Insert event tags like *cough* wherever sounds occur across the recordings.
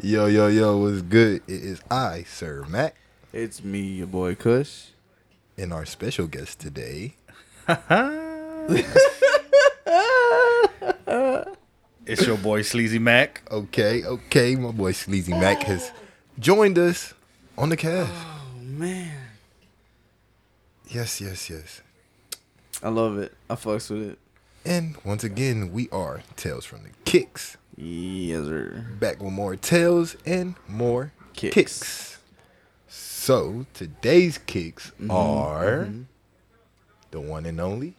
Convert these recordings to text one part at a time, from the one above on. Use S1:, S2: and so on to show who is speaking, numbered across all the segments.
S1: Yo, yo, yo, what's good? It is I, Sir Mac,
S2: It's me, your boy Kush.
S1: and our special guest today.
S3: It's your boy Sleazy *laughs* Mac.
S1: Okay, okay, my boy Sleazy Mac has joined us on the cast.
S2: Oh man,
S1: Yes, yes, yes.
S2: I love it. I fucks with it.
S1: And once again, we are Tales from the Kicks.
S2: Yes, sir.
S1: Back with more tales and more kicks.
S2: Kicks.
S1: So today's kicks
S2: Mm-hmm,
S1: are the one and only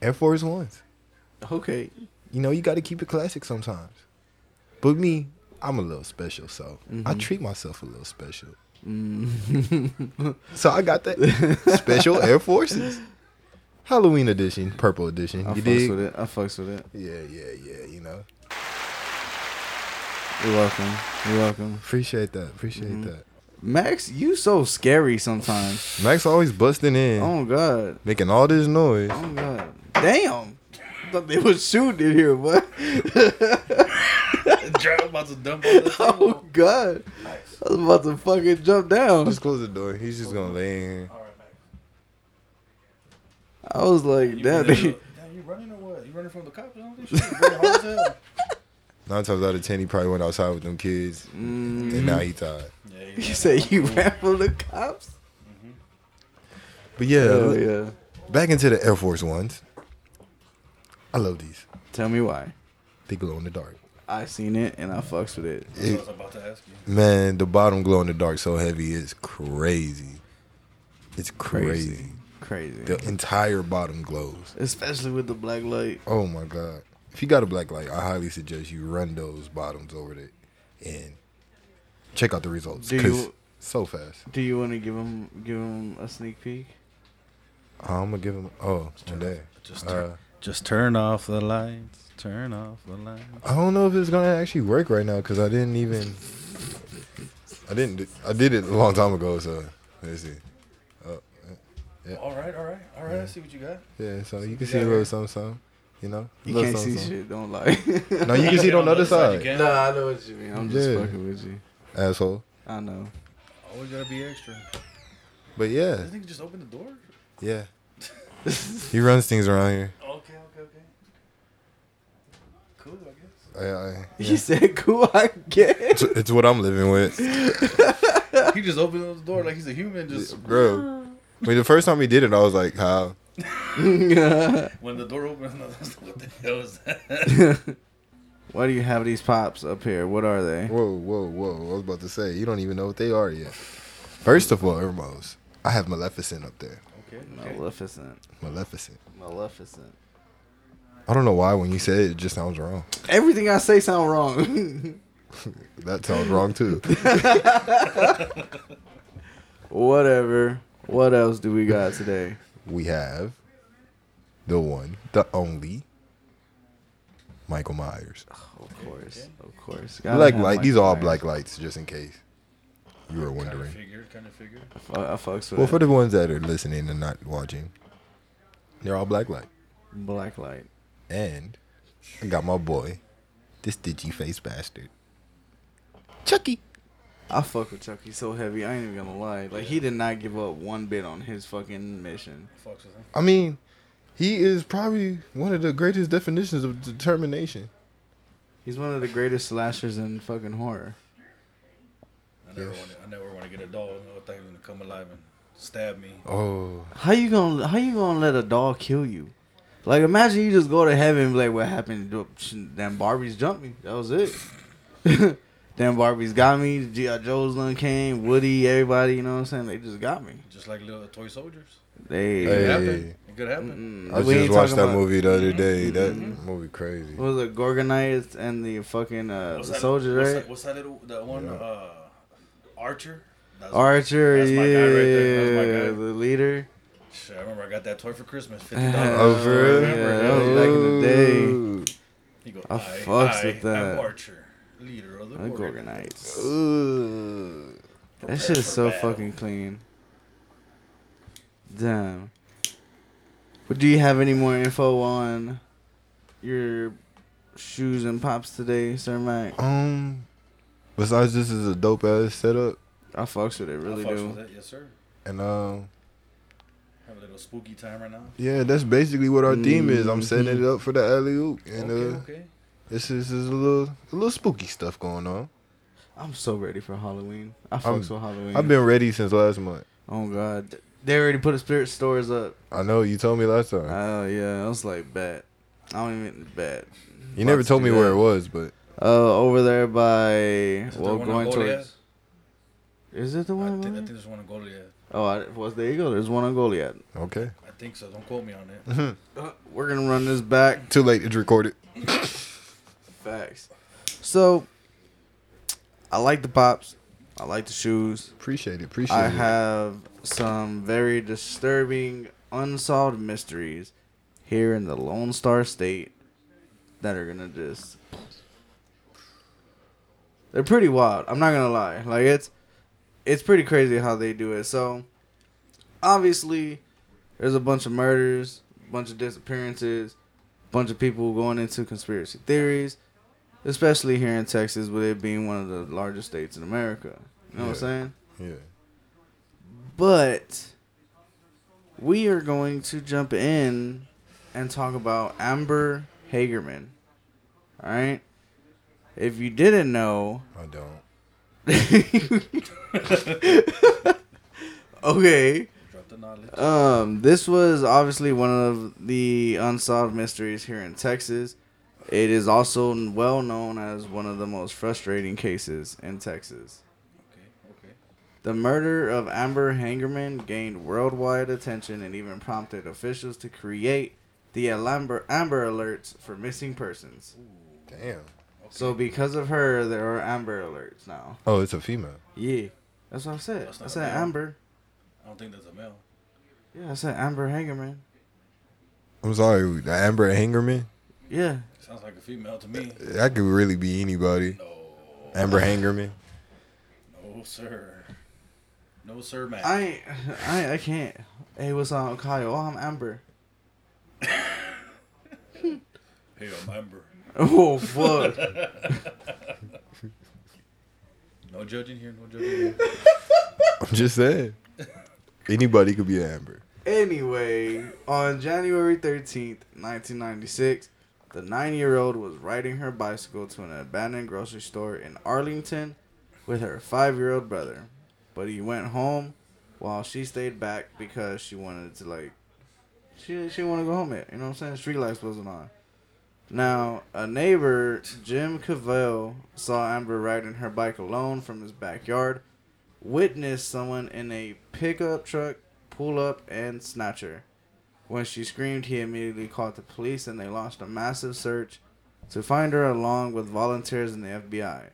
S1: Air Force Ones.
S2: Okay.
S1: you know, you got to keep it classic sometimes. But me, I'm a little special, so I treat myself a little special.
S2: Mm. *laughs*
S1: so I got that special Air *laughs* Forces Halloween edition, purple edition.
S2: I
S1: you
S2: fucks
S1: dig?
S2: with it. I fucks with it.
S1: Yeah, yeah, yeah. You know,
S2: You're welcome. You're welcome.
S1: appreciate that. Appreciate that.
S2: Max, you so scary sometimes.
S1: Max always busting in,
S2: oh god.
S1: making all this noise.
S2: Oh god. Damn. Thought they was shooting in here, but
S3: Drop about to dump *laughs* on the
S2: *laughs* oh god. I was about to fucking jump down.
S1: Just close the door. He's just gonna lay in. here.
S2: I was like, damn. they-
S3: you running or what? You running from the cops? and all this shit? You running hard as *laughs* hell?
S1: Nine times out of ten, he probably went outside with them kids, and now he tired.
S3: Yeah,
S2: *laughs* You
S3: yeah.
S2: say you ran from the cops?
S1: But yeah,
S2: Hell yeah.
S1: back into the Air Force Ones. I love these.
S2: Tell me why.
S1: They glow in the dark.
S2: I seen it and I fucks with it.
S3: That's what I was about to ask you.
S1: Man, the bottom glow in the dark so heavy it's crazy. It's crazy.
S2: Crazy. Crazy.
S1: The entire bottom glows.
S2: Especially with the black light.
S1: Oh my god. If you got a black light, I highly suggest you run those bottoms over it and check out the results.
S2: Do
S1: 'cause
S2: you-
S1: so fast.
S2: Do you want to give him give him a sneak peek?
S1: I'm gonna give them. Oh, today.
S3: Just turn,
S1: Uh,
S3: just turn off the lights. Turn off the lights.
S1: I don't know if it's gonna actually work right now because I didn't even. I didn't. do- I did it a long time ago, so let's see.
S3: All right, all right, all right. I see what you got.
S1: Yeah, so you can see a little something, something. You know,
S2: You
S1: Little
S2: can't see
S1: something, something.
S2: shit. Don't lie. *laughs*
S1: No, you can see it on the other
S3: you
S1: side,
S3: can.
S2: nah, I know what you mean. I'm just
S1: Yeah.
S2: fucking with you.
S1: asshole.
S2: I know.
S3: Always gotta be extra.
S1: But yeah,
S3: This nigga just opened the door.
S1: yeah. he runs things around here.
S3: Okay, okay, okay. Cool, I guess.
S1: I, I,
S2: He
S1: yeah.
S2: said, "Cool, I get."
S1: it's, it's what I'm living with,
S3: He just opened up the door like he's a human. Just
S1: bro. I mean, the first time he did it, I was like, "How?"
S2: Why
S3: when the door opened, *laughs* I was like, what the hell is *laughs* that?
S2: do you have these pops up here? What are they?
S1: Whoa, whoa, whoa! I was about to say you don't even know what they are yet. First of all, Hermos, I have Maleficent up there.
S3: Okay, okay.
S2: Maleficent.
S1: Maleficent.
S2: Maleficent.
S1: I don't know why when you say it, it just sounds wrong.
S2: Everything I say sound wrong. *laughs*
S1: That sounds wrong too.
S2: Whatever. What else do we got today?
S1: we have the one, the only Michael Myers.
S2: Of course. Of course.
S1: Black light. These are all black lights, just in case you were
S3: Kind of
S1: wondering.
S3: figured, kind of figured.
S2: I, I fucks with
S1: Well,
S2: it.
S1: for the ones that are listening and not watching, they're all black light.
S2: black light.
S1: And I got my boy, this digi face bastard, Chucky.
S2: I fuck with Chucky so heavy. I ain't even gonna lie. Like he did not give up one bit on his fucking mission.
S3: Fucks with him.
S1: I mean, he is probably one of the greatest definitions of determination.
S2: He's one of the greatest slashers in fucking horror.
S3: I never
S1: Yes.
S3: want to. I never want to get a dog. No thing gonna come alive and stab me.
S1: Oh,
S2: How you gonna How you gonna let a dog kill you? Like imagine you just go to heaven and be like, what happened? Damn Barbies jumped me. That was it. *laughs* Damn Barbies got me. G.I. Joe's done came. Woody, everybody. You know what I'm saying? They just got me.
S3: Just like little toy soldiers.
S2: They.
S3: It could
S1: Hey.
S3: happen. It could happen.
S2: Mm-mm.
S1: I
S2: We
S1: just
S2: ain't
S1: watched
S2: talking
S1: that
S2: about- Mm-hmm.
S1: movie the other day. That movie crazy.
S2: What was it Gorgonites and the fucking uh,
S3: What's
S2: the
S3: that-
S2: soldier,
S3: what's
S2: right?
S3: That, what's that little that one?
S1: Yeah.
S3: Uh, Archer. That's,
S2: Archer,
S3: That's
S2: yeah,
S3: my guy right there. That's my guy.
S2: the leader.
S3: Shit, I remember I got that toy
S2: *laughs*
S3: for Christmas. Fifty dollars.
S1: Oh, for real?
S2: Yeah, that was back in the day.
S1: Ooh.
S3: He go.
S2: I
S3: I,
S2: fucks
S3: I
S2: with that.
S3: am Archer, leader of the
S2: Like
S3: Gorgon.
S2: Gorgonites.
S1: Ooh.
S2: That shit is so fucking clean. Damn. But do you have any more info on your shoes and pops today, Sir Mac?
S1: Um, Besides, this is a dope ass setup,
S2: I fucks with it, really
S3: I fucks with
S2: do.
S3: that, yes sir.
S1: and um,
S3: Have a little spooky time right now.
S1: yeah, that's basically what our theme is. I'm setting
S2: Mhm.
S1: it up for the alley oop, and
S3: Okay,
S1: uh,
S3: okay.
S1: this is, this is a little a little spooky stuff going on.
S2: I'm so ready for Halloween. I
S1: I'm-
S2: fucks with Halloween.
S1: I've been ready since last month.
S2: Oh God, they already put the spirit stores up.
S1: I know you told me last time.
S2: Oh yeah, I was like bet. I don't even bet.
S1: You never
S2: Let's
S1: told me
S2: do
S1: where
S2: that.
S1: it was, but
S2: Uh, over there by
S3: Is it the
S2: well
S3: one on
S2: going
S3: Goliath?
S2: towards. Is it the
S3: I
S2: one?
S3: think, I
S2: on
S3: think there's one in Goliath.
S2: Oh, I, was there you go. There's one on Goliath.
S1: okay. *laughs*
S3: I think so. Don't quote me on it.
S2: Uh, we're gonna run this back.
S1: Too late. It's recorded.
S2: Facts. So, I like the pops. I like the shoes.
S1: Appreciate it. Appreciate
S2: I
S1: it.
S2: have some very disturbing unsolved mysteries here in the Lone Star State that are gonna just They're pretty wild, I'm not gonna lie. Like it's it's pretty crazy how they do it. So obviously there's a bunch of murders, bunch of disappearances, bunch of people going into conspiracy theories, especially here in Texas with it being one of the largest states in America. You know what
S1: Yeah.
S2: I'm saying?
S1: yeah.
S2: But we are going to jump in and talk about Amber Hagerman. All right. If you didn't know, *laughs*
S1: I don't.
S2: okay.
S3: Drop
S2: *laughs*
S3: the knowledge.
S2: Um, this was obviously one of the unsolved mysteries here in Texas. It is also well known as one of the most frustrating cases in Texas.
S3: Okay, okay.
S2: The murder of Amber Hangerman gained worldwide attention and even prompted officials to create the Amber, Amber Alerts for missing persons.
S1: Damn.
S2: So because of her, there are Amber Alerts now.
S1: Oh, it's a female.
S2: Yeah, that's what I said.
S3: That's
S2: I
S3: not
S2: said
S3: bad.
S2: Amber.
S3: I don't think that's a male.
S2: Yeah, I said Amber Hangerman.
S1: I'm sorry, the Amber Hangerman.
S2: Yeah,
S3: Sounds like a female to me.
S1: That could really be anybody.
S3: No,
S1: Amber Hangerman.
S3: no, sir. No, sir, man.
S2: I, ain't- I, ain't- I can't. Hey, what's up, Kyle? Oh, I'm Amber. *laughs*
S3: Hey, I'm Amber.
S2: Oh fuck.
S3: *laughs* No judging here. No judging here.
S1: I'm just saying. Anybody could be an Amber.
S2: Anyway, on January 13th, 1996, the nine year old was riding her bicycle to an abandoned grocery store in Arlington with her five year old brother. But he went home while she stayed back because she wanted to, like, she, she didn't want to go home yet. You know what I'm saying? Street lights wasn't on. Now, a neighbor, Jim Cavell, saw Amber riding her bike alone from his backyard, witnessed someone in a pickup truck pull up and snatch her. When she screamed, he immediately called the police and they launched a massive search to find her along with volunteers in the FBI.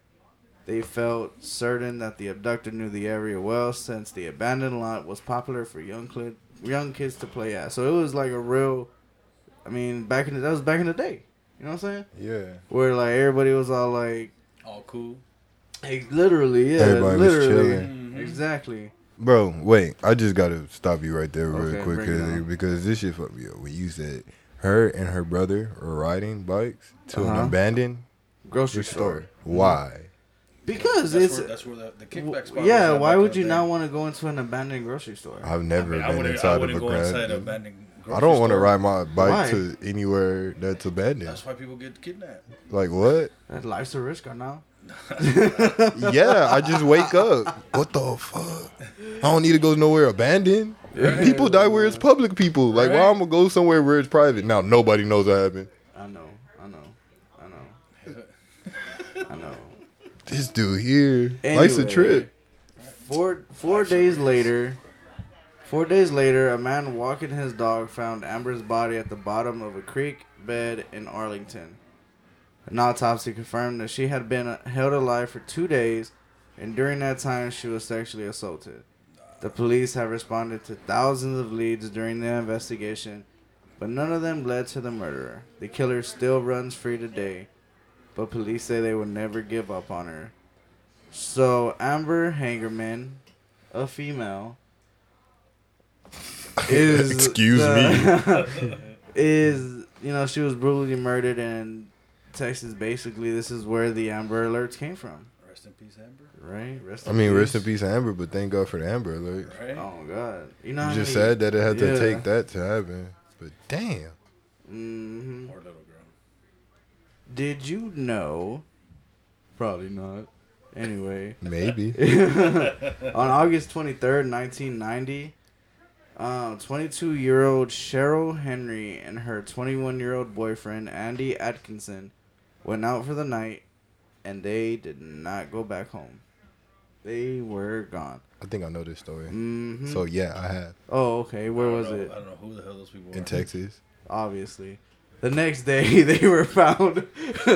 S2: They felt certain that the abductor knew the area well since the abandoned lot was popular for young cli- young kids to play at. So it was like a real I mean, back in the, that was back in the day. You know what I'm saying?
S1: Yeah.
S2: Where like everybody was all like,
S3: All cool.
S2: hey, literally, yeah,
S1: Everybody was
S2: literally,
S1: chilling.
S3: Mm-hmm.
S2: exactly.
S1: Bro, wait. I just gotta stop you right there real
S2: Okay,
S1: quick
S2: bring it
S1: 'cause-
S2: on.
S1: because this shit fucked me up. When you said her and her brother were riding bikes to
S2: Uh-huh.
S1: an abandoned
S2: Grocery
S1: store.
S2: store.
S1: Why?
S2: Because
S3: That's
S2: it's
S3: where, that's where the, the
S2: W-
S3: kickback spot.
S2: yeah, why would you not want to go into an abandoned grocery store?
S1: I've
S3: I,
S1: never
S3: mean, I
S1: been
S3: wouldn't. I
S1: inside of
S3: wouldn't
S1: a
S3: go inside a
S1: grand.
S3: abandoned.
S1: I
S3: grocery
S1: don't want to
S3: store.
S1: ride my bike
S2: Why?
S1: to anywhere that's abandoned.
S3: That's why people get kidnapped.
S1: Like
S3: *laughs*
S1: what?
S2: That life's a risk right now.
S1: yeah, I just wake up. What the fuck? I don't need to go nowhere abandoned. People die where it's public people. Like, why
S3: Right.
S1: I'm gonna go somewhere where it's private? Now nobody knows what happened.
S2: I know, I know, I know, I know.
S1: This dude here, life's a
S2: Anyway.
S1: trip.
S2: Four four days later, four days later, a man walking his dog found Amber's body at the bottom of a creek bed in Arlington. An autopsy confirmed that she had been uh, held alive for two days, and during that time, she was sexually assaulted. The police have responded to thousands of leads during the investigation, but none of them led to the murderer. The killer still runs free today, but police say they will never give up on her. So, Amber Hangerman,
S1: *laughs*
S2: a female, is.
S1: Excuse
S2: me? *laughs* is, you know, she was brutally murdered in Texas. Basically, this is where the Amber Alerts came from.
S3: Rest Rest in peace, Amber.
S2: Right. Rest
S1: I mean, rest in peace, Amber. But thank God for the Amber Alert.
S3: Right?
S2: Oh God. You know.
S1: You
S2: how
S1: just
S2: many-
S1: sad that it had to
S2: Yeah.
S1: take that to happen. But damn,
S2: Mhm.
S3: Poor little girl.
S2: Did you know? Probably not. Anyway,
S1: maybe.
S2: *laughs* on August 23rd, 1990, um, 22 year old Cheryl Henry and her 21 year old boyfriend, Andy Atkinson, went out for the night and they did not go back home. They were gone.
S1: I think I know this story.
S2: hmm
S1: So yeah, I have
S2: oh, okay. Where
S3: I don't
S2: was
S3: know-
S2: it?
S3: I don't know who the hell those people were.
S1: in Texas.
S2: obviously. The next day, *laughs* they were found *laughs*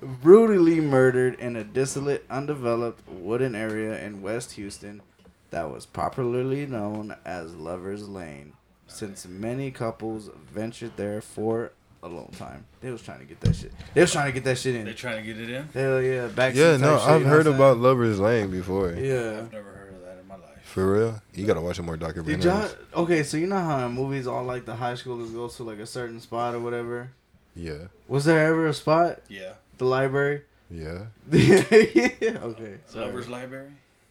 S2: brutally murdered in a desolate, undeveloped wooden area in West Houston that was popularly known as Lover's Lane, since many couples ventured there for a long time. They was trying to get that shit. They was trying to get that shit
S3: They
S2: in.
S3: trying to get it in?
S2: Hell yeah, back.
S1: Yeah, no, I've heard about Lovers Lane before.
S2: Yeah.
S3: I've never heard of that in my life.
S1: For real, you gotta watch more
S2: Did
S1: documentaries.
S2: y'all, okay, so you know how in movies all like the high schoolers go to like a certain spot or whatever.
S1: yeah,
S2: Was there ever a spot?
S3: Yeah.
S2: The library.
S1: yeah.
S2: yeah, *laughs* okay.
S3: The Lover's Library?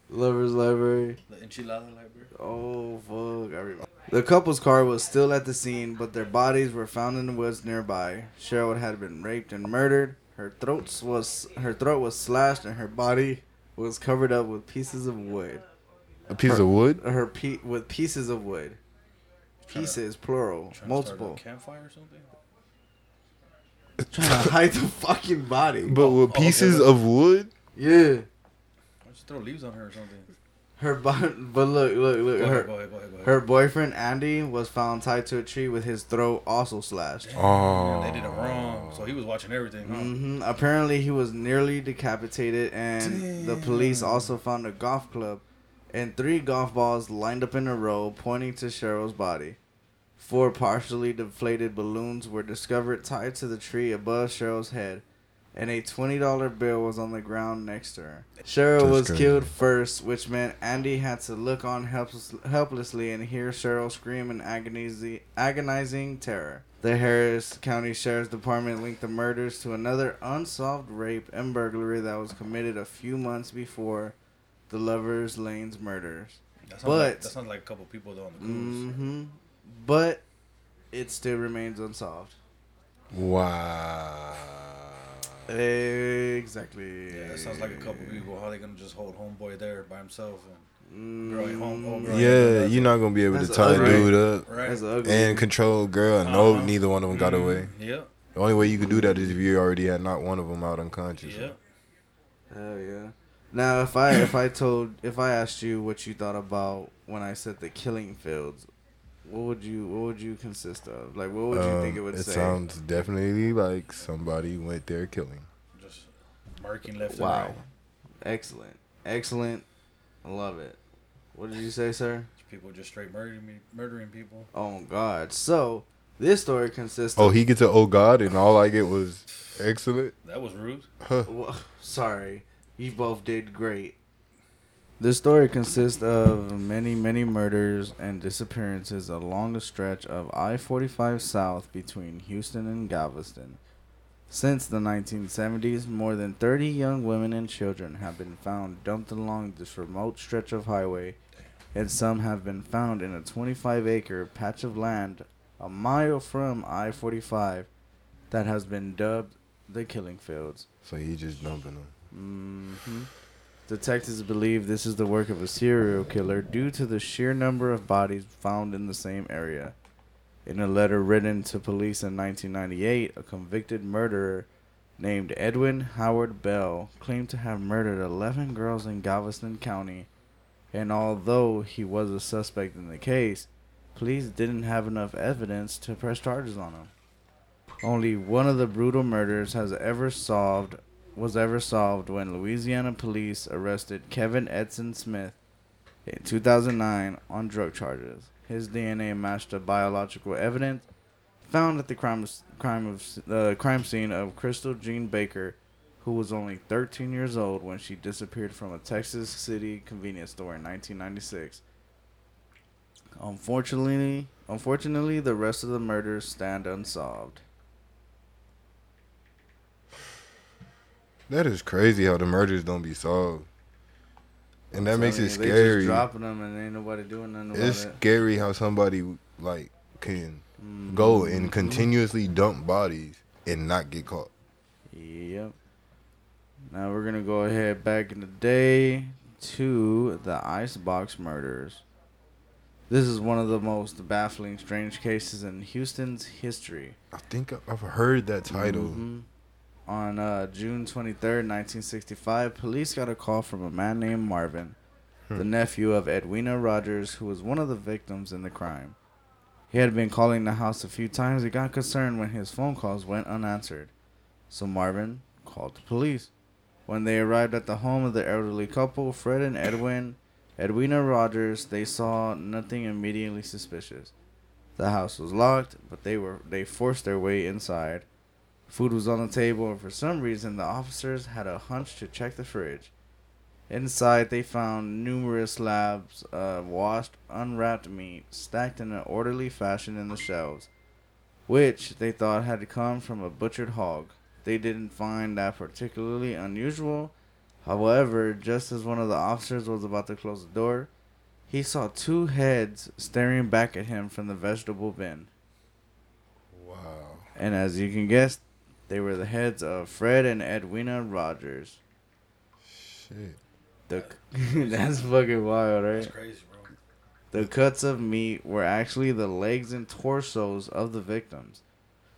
S2: Lovers Library.
S3: The Enchilada Library?
S2: Oh fuck! I remember. The couple's car was still at the scene, but their bodies were found in the woods nearby. Cheryl had been raped and murdered. Her throat was her throat was slashed, and her body was covered up with pieces of wood.
S1: A piece of wood.
S2: Her pe- with pieces of wood.
S3: Tryna-
S2: Pieces, plural,
S3: Trying
S2: multiple.
S3: To start a campfire or something?
S2: Trying
S1: *laughs*
S2: to hide the fucking body.
S1: But with
S3: okay.
S1: pieces of wood,
S2: Yeah,
S3: Why don't you throw leaves on her or something?
S2: her body. But look, look, look.
S3: Go
S2: Her
S3: ahead, go ahead, go ahead, go ahead.
S2: Her boyfriend Andy was found tied to a tree with his throat also slashed.
S1: oh,
S3: They did it wrong. So he was watching everything, huh?
S2: hmm Apparently, he was nearly decapitated, and the police also found a golf club and three golf balls lined up in a row, pointing to Cheryl's body. Four partially deflated balloons were discovered tied to the tree above Cheryl's head, and a $20 bill was on the ground next to her. Cheryl
S1: That's
S2: was
S1: crazy.
S2: killed first, which meant Andy had to look on helpless, helplessly and hear Cheryl scream in agonizing, agonizing terror. The Harris County Sheriff's Department linked the murders to another unsolved rape and burglary that was committed a few months before the Lovers Lane's murders.
S3: That sounds
S2: But-
S3: like, that sounds like a couple people though on the cruise.
S2: hmm But it still remains unsolved.
S1: Oh, wow.
S2: Exactly.
S3: Yeah, that sounds like a couple people. How they gonna just hold homeboy there by himself and
S2: Mm-hmm.
S3: girl ain't home? Oh, girl ain't
S1: Yeah,
S3: home.
S1: you're not gonna be able to
S2: That's
S1: tie a
S2: ugly.
S1: dude up
S3: right.
S2: That's ugly.
S1: and control girl. and No,
S3: Uh-huh.
S1: neither one of them got
S2: Mm-hmm.
S1: away.
S3: Yep,
S1: The only way you could do that is if you already had not one of them out unconscious.
S3: yep.
S2: Hell yeah. Now, if I if I told if I asked you what you thought about when I said the killing fields, what would you what would you consist of? Like, what would you
S1: Um,
S2: think it would
S1: it
S2: say?
S1: sounds definitely like somebody went there killing.
S3: Just marking left
S2: Wow.
S3: and right.
S2: Excellent, excellent. I love it. What did you say, sir?
S3: People just straight murdering me, murdering people.
S2: Oh God. So this story consists.
S1: Oh,
S2: Of,
S1: he gets an oh god, and all I get was excellent.
S3: That was rude.
S1: Huh.
S2: Wha- sorry, you both did great. This story consists of many, many murders and disappearances along the stretch of I 45 South between Houston and Galveston. Since the 1970s, more than 30 young women and children have been found dumped along this remote stretch of highway, and some have been found in a 25 acre patch of land a mile from I 45 that has been dubbed the Killing Fields.
S1: So he just dumping them.
S2: Mhm. Detectives believe this is the work of a serial killer due to the sheer number of bodies found in the same area. In a letter written to police in 1998, a convicted murderer named Edwin Howard Bell claimed to have murdered 11 girls in Galveston County, and although he was a suspect in the case, police didn't have enough evidence to press charges on him. Only one of the brutal murders has ever solved was ever solved when Louisiana police arrested Kevin Edson Smith in 2009 on drug charges. His DNA matched the biological evidence found at the crime crime of the crime scene of Crystal Jean Baker, who was only 13 years old when she disappeared from a Texas City convenience store in 1996. Unfortunately, unfortunately, the rest of the murders stand unsolved.
S1: That is crazy how the murders don't be solved, and that
S2: So,
S1: makes
S2: I mean,
S1: it
S2: They
S1: scary.
S2: just dropping them and ain't nobody doing nothing about
S1: It's
S2: it.
S1: scary how somebody like can
S2: Mm,
S1: go and continuously dump bodies and not get caught.
S2: Yep. Now we're gonna go ahead back in the day to the Icebox murders. This is one of the most baffling, strange cases in Houston's history.
S1: I think I- I've heard that title.
S2: Mhm. On uh, June 23rd, 1965, police got a call from a man named Marvin, the nephew of Edwina Rogers, who was one of the victims in the crime. He had been calling the house a few times and got concerned when his phone calls went unanswered. So Marvin called the police. When they arrived at the home of the elderly couple, Fred and Edwin, Edwina Rogers, they saw nothing immediately suspicious. The house was locked, but they were they forced their way inside. Food was on the table, and for some reason, the officers had a hunch to check the fridge. Inside, they found numerous slabs of washed, unwrapped meat stacked in an orderly fashion in the shelves, which they thought had come from a butchered hog. They didn't find that particularly unusual. However, just as one of the officers was about to close the door, he saw two heads staring back at him from the vegetable bin.
S1: Wow.
S2: And as you can guess, they were the heads of Fred and Edwina Rogers.
S1: Shit.
S2: The, *laughs* that's fucking wild,
S3: That's
S2: right?
S3: crazy, bro.
S2: The cuts of meat were actually the legs and torsos of the victims.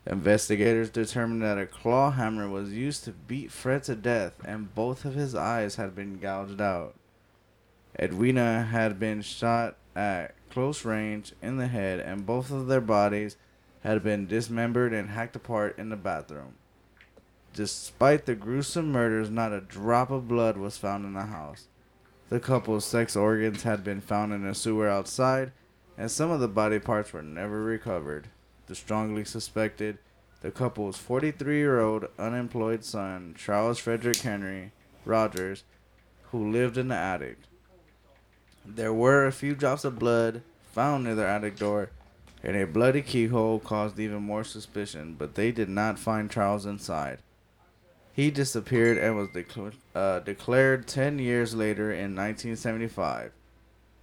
S2: Investigators determined that a claw hammer was used to beat Fred to death, and both of his eyes had been gouged out. Edwina had been shot at close range in the head, and both of their bodies had been dismembered and hacked apart in the bathroom. Despite the gruesome murders, not a drop of blood was found in the house. The couple's sex organs had been found in a sewer outside, and some of the body parts were never recovered. The strongly suspected, the couple's 43 year old unemployed son, Charles Frederick Henry Rogers, who lived in the attic. There were a few drops of blood found near their attic door, and a bloody keyhole caused even more suspicion, but they did not find Charles inside. He disappeared and was decl- uh, declared 10 years later in 1975.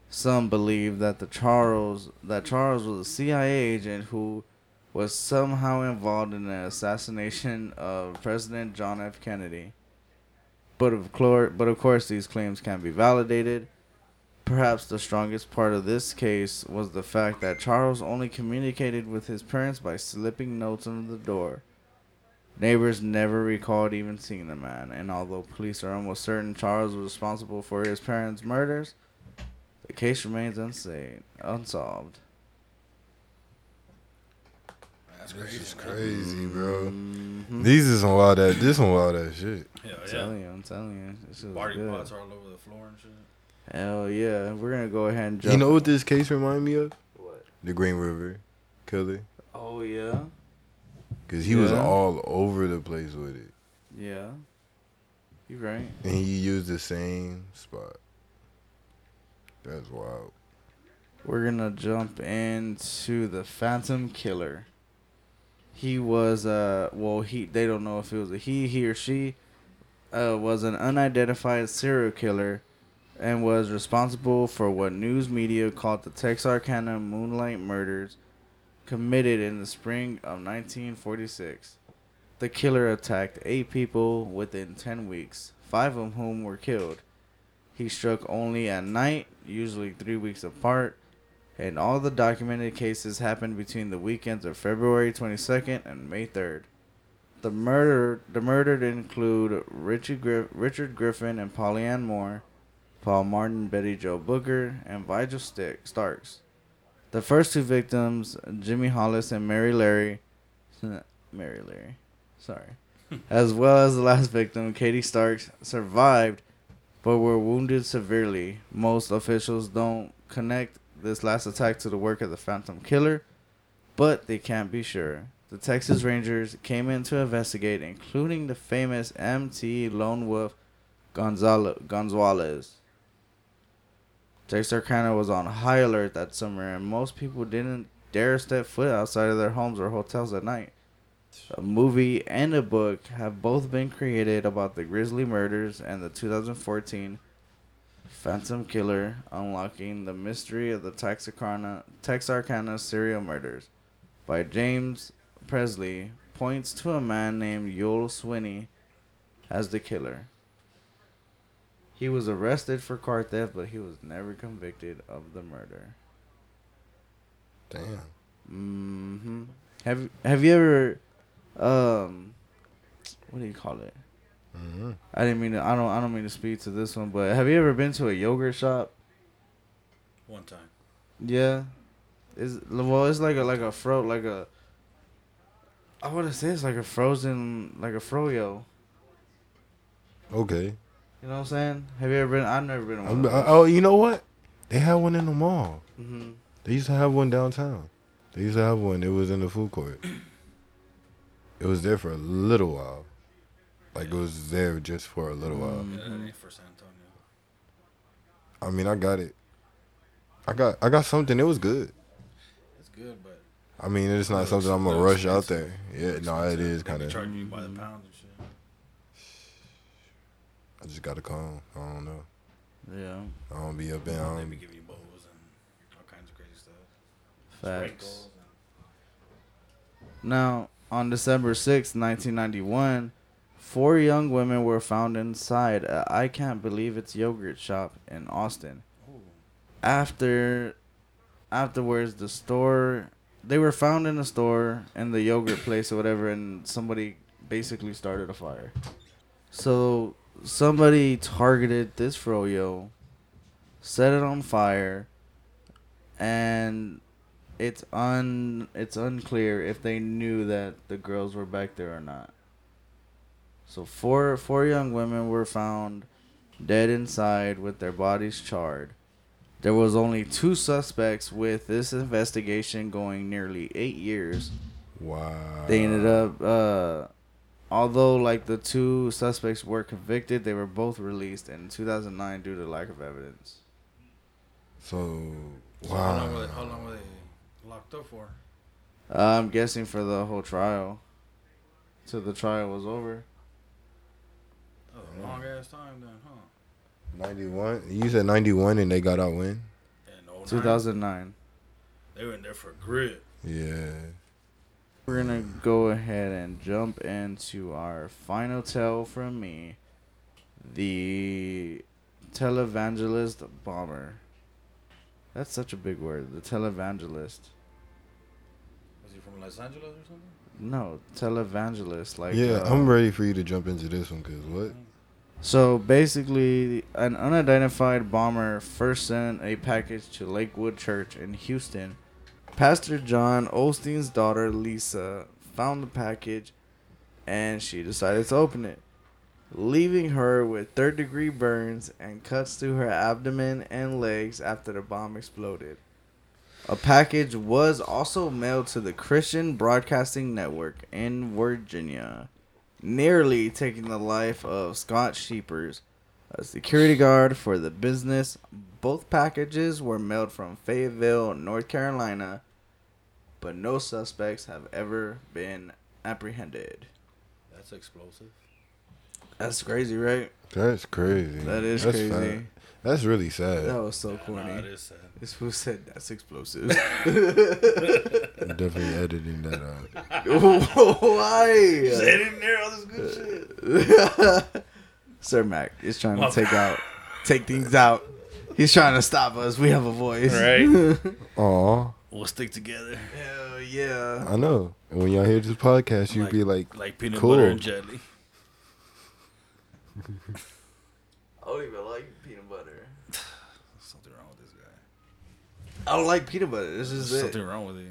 S2: Some believe that the Charles that Charles was a CIA agent who was somehow involved in the assassination of President John F. Kennedy. But of course, but of course these claims can be validated. Perhaps the strongest part of this case was the fact that Charles only communicated with his parents by slipping notes under the door. Neighbors never recalled even seeing the man, and although police are almost certain Charles was responsible for his parents' murders, the case remains unsa- unsolved.
S3: That's
S1: This
S3: crazy.
S1: is
S3: man.
S1: crazy, bro.
S2: Mhm.
S1: These is some wild that. This some wild that shit.
S2: I'm
S3: Hell Oh, yeah.
S2: telling you, I'm telling you. This is
S3: Body
S2: good.
S3: parts all over the floor and shit.
S2: Hell yeah. We're going to go ahead and jump.
S1: You know what this case remind me of?
S2: What?
S1: The Green River Killer,
S2: Oh, yeah.
S1: because he was
S2: Yeah.
S1: all over the place with it,
S2: Yeah. you right.
S1: and he used the same spot. That's wild.
S2: We're gonna jump into the Phantom Killer. He was uh well he they don't know if it was a he he or she uh was an unidentified serial killer and was responsible for what news media called the Texarkana Moonlight Murders committed in the spring of 1946. The killer attacked 8 people within 10 weeks, 5 of whom were killed. He struck only at night, usually 3 weeks apart and all the documented cases happened between the weekends of February 22nd and May 3rd. The murder the murdered include Richard Griff, Richard Griffin and Polly Ann Moore, Paul Martin, Betty Joe Booker, and Vigil Stick Starks. The first two victims, Jimmy Hollis and Mary Larry, Mary Larry, sorry, as well as the last victim, Katie Starks, survived but were wounded severely. Most officials don't connect this last attack to the work of the Phantom Killer, but they can't be sure. The Texas Rangers came in to investigate, including the famous MT Lone Wolf Gonzalo- Gonzalez. Texarkana was on high alert that summer, and most people didn't dare step foot outside of their homes or hotels at night. A movie and a book have both been created about the Grizzly murders and the 2014 Phantom Killer unlocking the mystery of the Texarkana, Texarkana serial murders by James Presley points to a man named Yul Swinney as the killer. He was arrested for car theft, but he was never convicted of the murder.
S1: Damn.
S2: hmm Have Have you ever, um, what do you call it?
S1: hmm
S2: I didn't mean to. I don't. I don't mean to speak to this one, but have you ever been to a yogurt shop?
S3: One time.
S2: Yeah, is well, it's like a like a fro like a. I want to say it's like a frozen like a froyo.
S1: Okay.
S2: You know what I'm saying? Have you ever been? I've never been. to
S1: I'm-
S2: One
S1: I- oh, you know what? They had one in the mall.
S2: mm-hmm.
S1: They used to have one downtown. They used to have one. It was in the food
S3: *clears throat*
S1: court. It was there for a little while. Like it was there just for a little while.
S3: Yeah, that
S2: Mhm.
S3: ain't for San Antonio.
S1: I mean, I got it. I got I got something. It was good.
S3: It's good, but
S1: I mean, it's not
S3: Those-
S1: something I'm gonna
S3: those
S1: rush out there.
S3: expensive.
S1: Yeah, no, it is
S3: They be
S1: kind of.
S3: charging you by the pound and shit.
S1: I just gotta calm. I don't know.
S2: Yeah.
S1: I don't be up in. I
S3: they
S1: don't
S3: be giving you bowls and all kinds of crazy stuff.
S2: Facts.
S3: Sprinkles and-
S2: Now, on December sixth, nineteen 1991, four young women were found inside a I Can't Believe It's Yogurt shop in Austin.
S3: Ooh.
S2: After afterwards the store they were found in a store in the yogurt place or whatever and somebody basically started a fire. So somebody targeted this froyo, set it on fire, and it's un it's unclear if they knew that the girls were back there or not. So four four young women were found dead inside with their bodies charred. There was only two suspects with this investigation going nearly 8 years.
S1: Wow.
S2: They ended up uh although like the two suspects were convicted, they were both released in 2009 due to lack of evidence.
S1: So
S3: So how, long were they, how
S1: wow.
S3: long were they locked up for?
S2: Uh, I'm guessing for the whole trial till the trial was over.
S3: That was a long ass time then, huh?
S1: Ninety one. You said ninety one, and they got out when?
S3: And all
S2: 2009.
S3: They were in there for grit.
S1: Yeah.
S2: We're gonna go ahead and jump into our final tale from me, the televangelist bomber. That's such a big word, the televangelist.
S3: Was he from Los Angeles or something?
S2: No, televangelist. Like
S1: yeah,
S2: uh,
S1: I'm ready for you to jump into this one, cause what?
S2: So basically, an unidentified bomber first sent a package to Lakewood Church in Houston. Pastor John Olstein's daughter, Lisa, found the package and she decided to open it, leaving her with third degree burns and cuts to her abdomen and legs after the bomb exploded. A package was also mailed to the Christian Broadcasting Network in Virginia nearly taking the life of Scott Sheepers, a security guard for the business. Both packages were mailed from Fayetteville, North Carolina, but no suspects have ever been apprehended.
S3: That's explosive.
S2: That's crazy, right?
S1: That's crazy.
S2: That is
S1: Mm, That's
S2: crazy.
S1: sad. That's really sad.
S2: That was so
S3: Nah, it
S2: corny.
S3: is sad.
S2: This fool said that's explosive. *laughs*
S1: I'm definitely editing that out.
S2: Why?
S3: They in there, all this good shit.
S2: *laughs* Sir Mac is trying
S3: My
S2: to take out, take things out. He's trying to stop us. We have a voice. *laughs*
S3: Right.
S1: *laughs* Aw,
S3: We'll stick together.
S2: Hell yeah.
S1: I know. And when y'all hear this podcast, you'll be like,
S3: Like peanut
S1: Cool.
S3: butter and jelly.
S2: I don't even like peanut butter.
S3: There's something wrong with this guy.
S2: I don't like peanut butter. This is
S3: There's
S2: it.
S3: something wrong with you.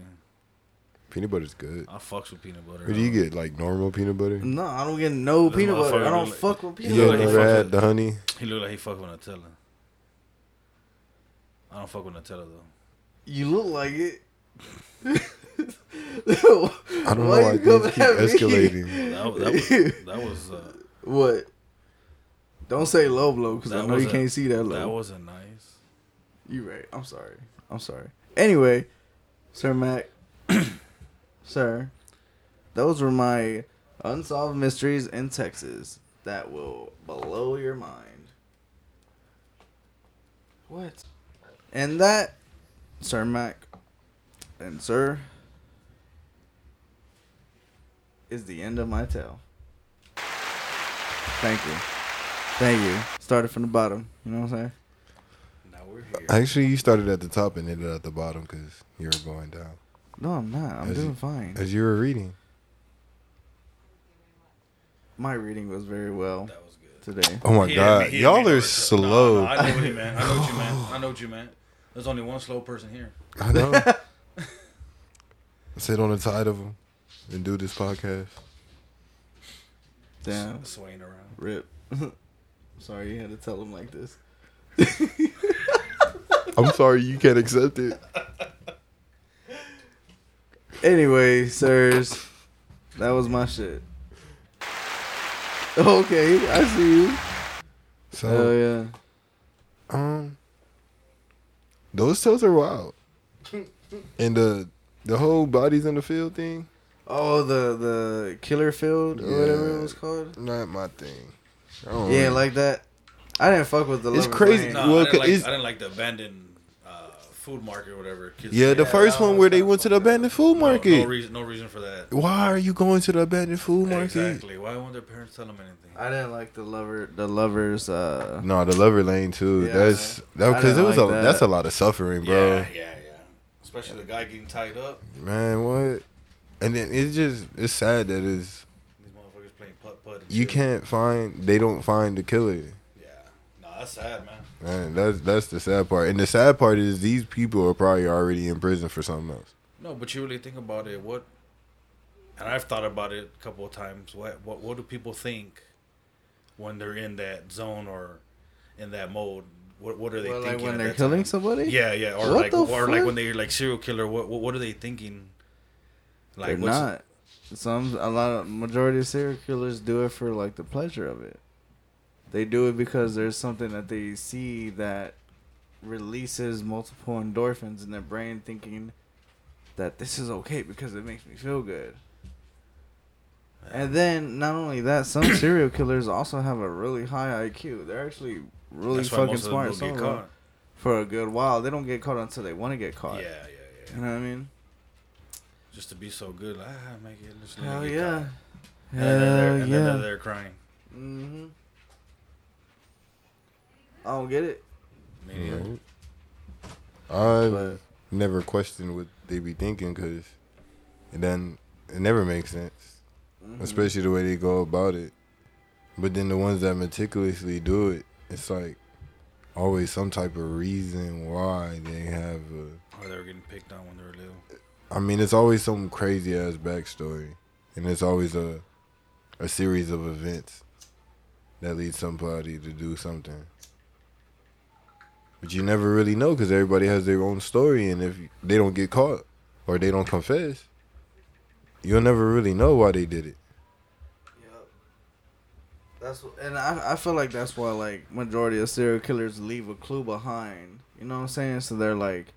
S1: peanut butter's good.
S3: I fucks with peanut butter.
S1: What do you get? Like normal peanut butter?
S2: No, I don't get no
S3: This
S2: peanut butter.
S3: motherfucker
S2: I don't
S3: look-
S2: fuck with
S1: You
S2: peanut
S3: look
S1: ain't
S2: butter.
S3: like he
S1: never
S3: fucks
S1: had
S3: with-
S1: the honey?
S3: He look like he fuck with Nutella. I don't fuck with Nutella though.
S2: You look
S1: *laughs*
S2: like it.
S1: I don't
S2: Why
S1: know why
S2: you
S1: things keep
S2: coming at me?
S3: *laughs*
S1: escalating.
S3: That,
S1: *laughs*
S3: that was that was uh,
S2: *laughs* What? Don't say low blow because I
S3: That
S2: know you
S3: wasn't-
S2: can't see that low.
S3: that wasn't nice.
S2: you right. I'm sorry. I'm sorry. Anyway, *coughs* Sir Mac, sir, those were my unsolved mysteries in Texas that will blow your mind. What? And that, Sir Mac and Sir, is the end of my tale. Thank you. Thank you. Started from the bottom. You know what I'm saying?
S3: Now we're here.
S1: Actually, you started at the top and ended at the bottom because you were going down
S2: No, I'm not. I'm
S1: As
S2: doing
S1: you-
S2: fine.
S1: as you were reading.
S2: My reading was very well
S3: that was good.
S2: today.
S1: Oh my
S3: He hit me-
S1: god,
S3: he hit
S1: y'all
S3: me
S1: are
S3: hard. No,
S1: slow.
S3: no, I know what you meant. I know what you meant. I know what you meant. There's only one slow person here.
S1: I know. Sit on the side of them and do this podcast.
S2: Damn.
S3: S- Swaying around.
S2: Rip. *laughs* Sorry you had to tell him like this. *laughs*
S1: I'm sorry you can't accept it.
S2: Anyway, sirs, that was my shit. *laughs* Okay, I see you. Hell
S1: So,
S2: yeah.
S1: um, those toes are
S3: *laughs*
S1: wild, and the the whole bodies in the field thing,
S2: Oh, the the killer field or whatever it
S1: Yeah.
S2: was called.
S1: not my thing. I don't
S2: Yeah,
S1: really-
S2: like that. I didn't fuck with the.
S1: It's
S2: Lover's
S1: crazy.
S2: Lane.
S3: No,
S1: Well,
S3: I, didn't like,
S1: it's-
S3: I didn't like the abandoned uh, food market or whatever. Kids-
S1: yeah, the
S2: Yeah,
S1: first
S2: that
S1: one
S2: was
S1: where they
S2: kinda
S1: went to the
S2: fucked up.
S1: abandoned food
S3: uh, no,
S1: market.
S3: No reason, no reason for that.
S1: Why are you going to the abandoned food market?
S3: Exactly. Why won't their parents tell them anything?
S2: I didn't like the lover. The lovers. Uh,
S1: No, the lover lane too.
S2: Yeah.
S1: That's that
S2: I
S1: because it
S2: didn't
S1: was
S2: like
S1: a
S2: that.
S1: that's a lot of suffering, bro.
S3: Yeah, yeah, yeah. Especially the guy getting tied up.
S1: Man, what? And then it's just it's sad that it's
S3: These motherfuckers playing putt putt.
S1: you can't find they don't find the killer.
S3: Yeah. No, that's sad, man.
S1: Man, that's that's the sad part. And the sad part is these people are probably already in prison for something else.
S3: No, but you really think about it. What? And I've thought about it a couple of times. What? What? What do people think when they're in that zone or in that mode? What? What are they
S2: well, like
S3: thinking?
S2: when
S3: at
S2: they're
S3: that
S2: killing
S3: time?
S2: somebody.
S3: Yeah, yeah. Or
S2: What
S3: like,
S2: the
S3: or like
S2: fuck?
S3: when they're like serial killer. What? What, what are they thinking?
S2: they're not. Some a lot of majority of serial killers do it for like the pleasure of it. They do it because there's something that they see that releases multiple endorphins in their brain, thinking that this is okay because it makes me feel good. And then not only that, some *coughs* serial killers also have a really high IQ. They're actually really
S3: That's why
S2: fucking
S3: most of them
S2: smart.
S3: don't
S2: Some
S3: get
S2: of them
S3: caught.
S2: for a good while, they don't get caught until they want to get caught.
S3: Yeah, yeah,
S2: You
S3: yeah.
S2: know what I mean?
S3: Just to be so good, like, ah, make it. Let's let it
S2: Hell
S3: get
S2: yeah.
S3: caught. And then they're-
S2: Hell
S3: and then they're
S2: yeah.
S3: there crying.
S2: Mm-hmm. I don't get it.
S3: Me neither.
S1: Right? I've
S2: But-
S1: never questioned what they be thinking because it doesn't it never makes sense,
S2: Mm-hmm.
S1: especially the way they go about it. But then the ones that meticulously do it, it's like always some type of reason why they have. A,
S3: Or they were getting picked on when they were little.
S1: I mean, it's always some crazy ass backstory, and it's always a a series of events that leads somebody to do something. But you never really know because everybody has their own story, and if they don't get caught or they don't confess, you'll never really know why they did it.
S2: Yep. That's wh- and I I feel like that's why like majority of serial killers leave a clue behind. You know what I'm saying? So they're like,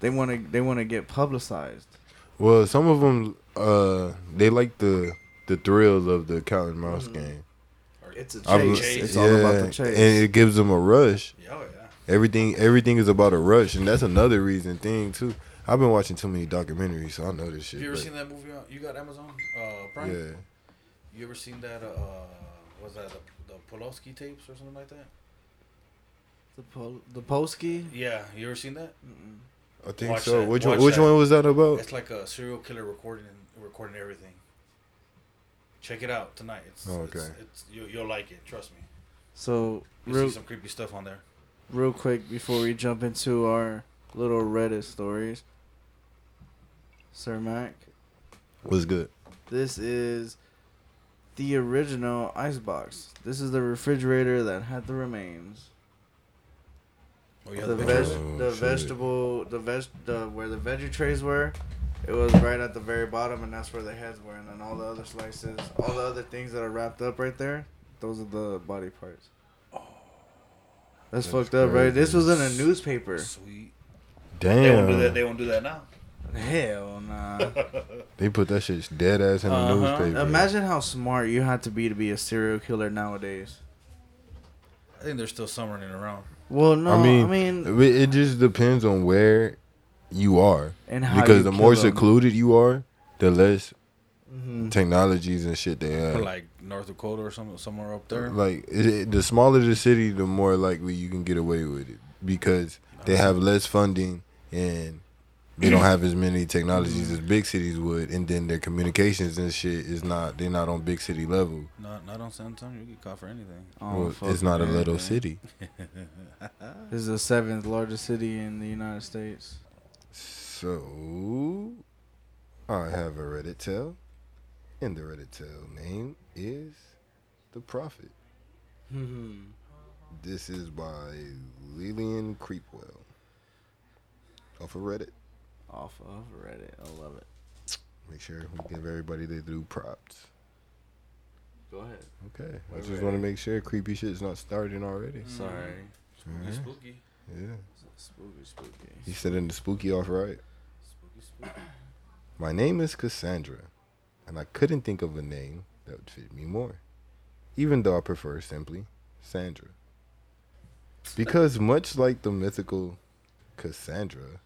S2: they want to they want to get publicized.
S1: Well, some of them, uh, they like the the thrill of the cat and mouse
S2: Mhm.
S1: game.
S3: Or-
S2: It's a
S1: I
S2: chase.
S1: bel-
S2: It's all about the chase.
S1: and it gives them a rush.
S3: Yeah, oh, yeah.
S1: Everything everything is about a rush, and that's another reason thing too. I've been watching too many documentaries, so I know this shit.
S3: Have you ever
S1: but-
S3: seen that movie? On, you got Amazon uh, Prime.
S1: yeah,
S3: You ever seen that? Uh, uh, was that the, the Pulowski tapes or something like that?
S2: The pol- the Polsky.
S3: Yeah, you ever seen that?
S2: Mm-mm.
S1: I think
S3: Watch
S1: so.
S3: that.
S1: Which
S3: Watch
S1: one, which
S3: that.
S1: one was that about?
S3: It's like a serial killer recording recording everything. Check it out tonight. It's,
S1: Oh,
S3: it's-
S1: okay.
S3: it's- you, you'll like it. Trust me.
S2: So
S3: You
S2: real
S3: see some creepy stuff on there.
S2: real quick before we jump into our little Reddit stories, Sir Mac.
S1: Was good.
S2: This is the original icebox. This is the refrigerator that had the remains.
S3: Oh, you have
S2: the
S3: the pictures?
S2: veg-
S1: Oh,
S2: the
S1: shit.
S2: vegetable, the veg, the where the veggie trays were, it was right at the very bottom, and that's where the heads were, and then all the other slices, all the other things that are wrapped up right there, those are the body parts. That's,
S1: Oh, That's
S2: fucked up, right? This was in a newspaper.
S3: Sweet. They won't do that.
S1: Damn.
S3: They won't do that now. *laughs*
S2: Hell
S1: *laughs*
S2: nah.
S1: They put that shit dead ass in the
S3: Uh-huh.
S1: newspaper.
S2: Imagine how smart you had to be to be a serial killer nowadays.
S3: I think they're still summering it around.
S2: Well, no,
S1: I mean,
S2: I mean,
S1: it- it just depends on where you are.
S2: and how
S1: Because
S2: you
S1: the more
S2: kill 'em.
S1: secluded you are, the less
S2: Mhm.
S1: technologies and shit they have.
S3: Like North Dakota or something, somewhere up there.
S1: Like it, it- the smaller the city, the more likely you can get away with it because they have less funding and they don't have as many technologies as big cities would, and then their communications and shit is not they're not on big city level.
S3: Not, not on San Antonio. You get caught for *laughs* anything.
S2: Oh,
S1: Well,
S2: fuck
S1: it's not a
S2: that.
S1: little
S3: man.
S1: city.
S2: This is the seventh largest city in the United States.
S1: So I have a Reddit tell, and the Reddit tell name is the Prophet.
S2: Mm-hmm.
S1: This is by Lillian Creepwell off of Reddit.
S2: Off of Reddit, I love it.
S1: Make sure we give everybody their due props.
S2: Go ahead.
S1: Okay, I just want to make sure creepy shit's not starting already.
S2: Sorry.
S3: Spooky,
S1: Mhm.
S3: spooky.
S1: Yeah,
S2: Spooky, spooky.
S1: he said in the spooky off right.
S3: Spooky, spooky.
S1: My name is Cassandra, and I couldn't think of a name that would fit me more, even though I prefer simply Sandra. Because much like the mythical Cassandra,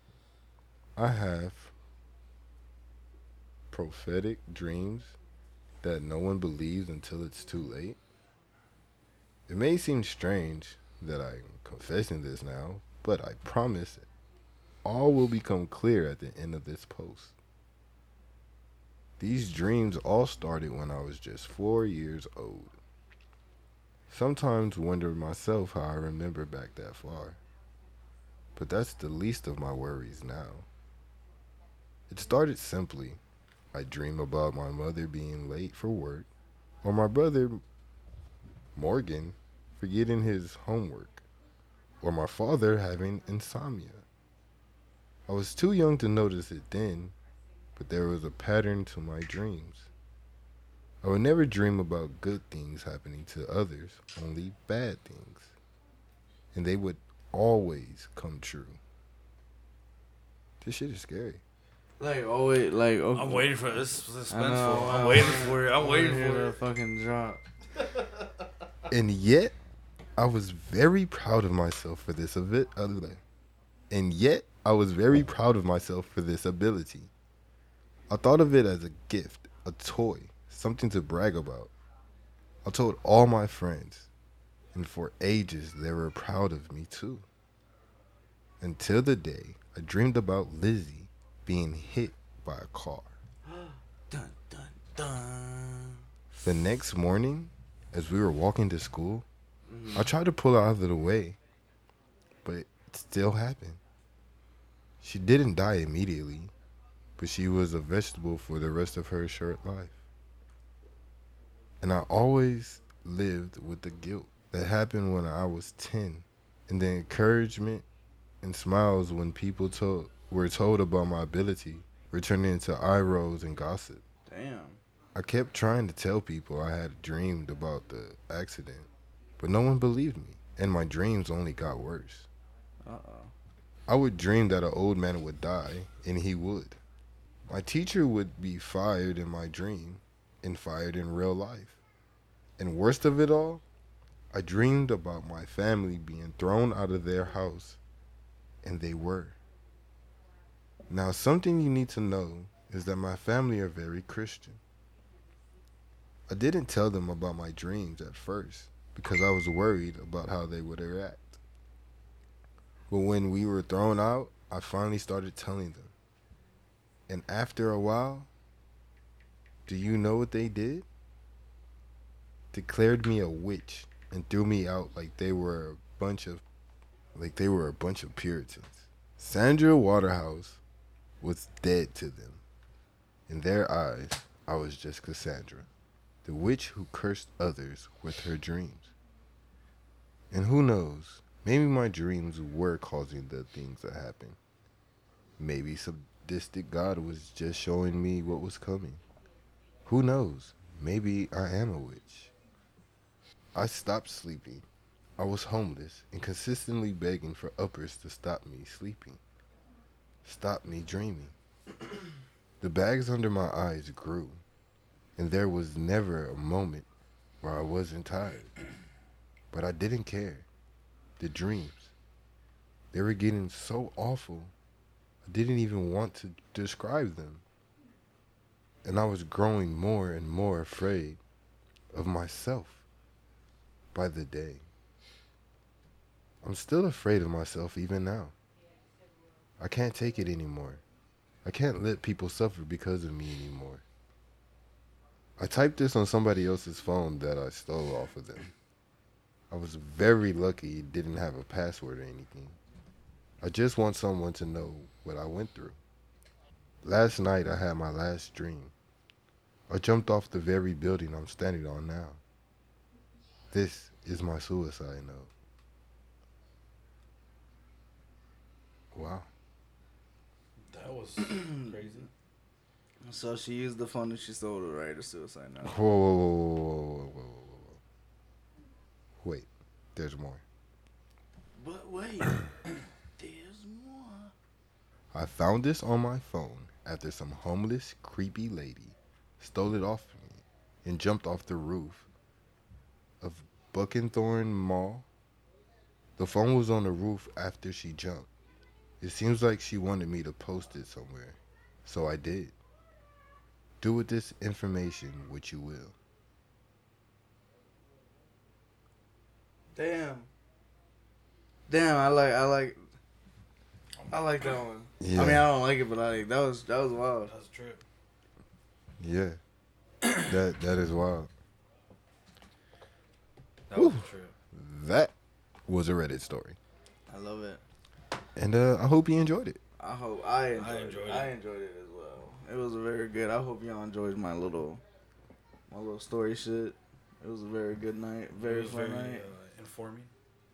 S1: I have prophetic dreams that no one believes until it's too late. It may seem strange that I'm confessing this now, but I promise all will become clear at the end of this post. These dreams all started when I was just four years old. Sometimes wonder myself how I remember back that far. But that's the least of my worries now. It started simply. I dream about my mother being late for work, or my brother Morgan forgetting his homework, or my father having insomnia. I was too young to notice it then, but there was a pattern to my dreams. I would never dream about good things happening to others, only bad things. And they would always come true. This shit is scary.
S2: Like, oh wait, like, okay.
S3: I'm waiting for this suspenseful.
S2: I know,
S3: I'm
S2: I *laughs*
S3: waiting
S2: wanna-
S3: for it.
S2: I
S3: I'm
S2: wanna
S3: waiting
S2: hear
S3: for
S2: the
S3: it.
S2: fucking drop.
S1: And yet, I was very proud of myself for this event. And yet, I was very proud of myself for this ability. I thought of it as a gift, a toy, something to brag about. I told all my friends, and for ages they were proud of me too. Until the day I dreamed about Lizzie being hit by a car.
S2: Dun dun dun.
S1: The next morning, as we were walking to school, I tried to pull her out of the way, but it still happened. She didn't die immediately, but she was a vegetable for the rest of her short life. And I always lived with the guilt that happened when I was 10 and the encouragement and smiles when people told, were told about my ability, returning into eye rolls and gossip.
S2: Damn.
S1: I kept trying to tell people I had dreamed about the accident, but no one believed me, and my dreams only got worse.
S2: Uh oh.
S1: I would dream that an old man would die, and he would. My teacher would be fired in my dream, and fired in real life. And worst of it all, I dreamed about my family being thrown out of their house, and they were. Now, something you need to know is that my family are very Christian. I didn't tell them about my dreams at first because I was worried about how they would react. But when we were thrown out, I finally started telling them. And after a while, do you know what they did? Declared me a witch and threw me out like they were a bunch of like they were a bunch of Puritans. Sandra Waterhouse was dead to them. In their eyes, I was just Cassandra, the witch who cursed others with her dreams. And who knows? Maybe my dreams were causing the things that happened. Maybe sadistic God was just showing me what was coming. Who knows? Maybe I am a witch. I stopped sleeping. I was homeless and consistently begging for uppers to stop me sleeping, stop me dreaming. *clears throat* The bags under my eyes grew, and there was never a moment where I wasn't tired. But I didn't care. The dreams, they were getting so awful, I didn't even want to describe them. And I was growing more and more afraid of myself by the day. I'm still afraid of myself even now. I can't take it anymore. I can't let people suffer because of me anymore. I typed this on somebody else's phone that I stole off of them. I was very lucky it didn't have a password or anything. I just want someone to know what I went through. Last night I had my last dream. I jumped off the very building I'm standing on now. This is my suicide note. Wow.
S2: *clears throat*
S3: That was crazy.
S2: So she used the phone that she stole to write a suicide note.
S1: Whoa, whoa, whoa, whoa, whoa, whoa, whoa, whoa, whoa. Wait, there's more.
S2: But *coughs* wait, there's more.
S1: I found this on my phone after some homeless, creepy lady stole it off me and jumped off the roof of Buckenthorn Mall. The phone was on the roof after she jumped. It seems like she wanted me to post it somewhere, so I did. Do with this information what you will.
S2: Damn. Damn, I like I like I like that one.
S1: Yeah.
S2: I mean I don't like it but I like that was that was wild.
S3: That's a trip.
S1: Yeah. *coughs* that that is wild.
S3: That was a trip.
S1: That was a Reddit story.
S2: I love it.
S1: And uh, I hope you enjoyed it.
S2: I hope I enjoyed,
S3: enjoyed
S2: it.
S3: it.
S2: I enjoyed it as well. It was very good. I hope y'all enjoyed my little my little story shit. It was a very good night.
S3: It
S2: Very
S3: was
S2: fun
S3: very
S2: night.
S3: uh, informing.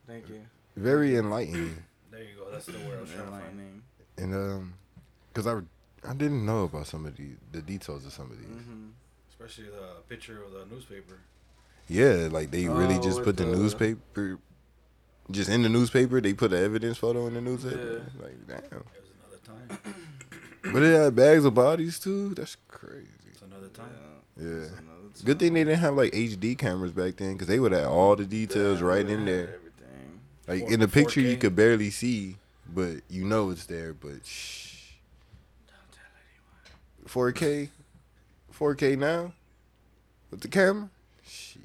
S2: Thank you.
S1: Very enlightening.
S3: There you go. That's the word I was trying to find.
S2: Enlightening.
S1: And um cuz I I didn't know about some of the the details of some of these.
S2: hmm
S3: Especially the picture of the newspaper.
S1: Yeah, like they really
S2: Oh,
S1: just
S2: with
S1: put the,
S2: the-
S1: newspaper just in the newspaper, they put an evidence photo in the newspaper. Like damn.
S3: It was another
S2: *clears throat*
S3: time.
S1: But it had bags of bodies too. That's crazy.
S3: It's another
S2: Yeah.
S3: time.
S1: Yeah.
S2: That's another
S1: Good
S2: time.
S1: thing they didn't have like HD cameras back then cuz they would have all the details
S2: Yeah,
S1: right
S2: they
S1: in
S2: had
S1: there.
S2: Everything.
S1: Like
S3: Four-
S1: in the picture
S3: 4K.
S1: you could barely see, but you know it's there, but shh. 4K, 4K now with the camera. Shit.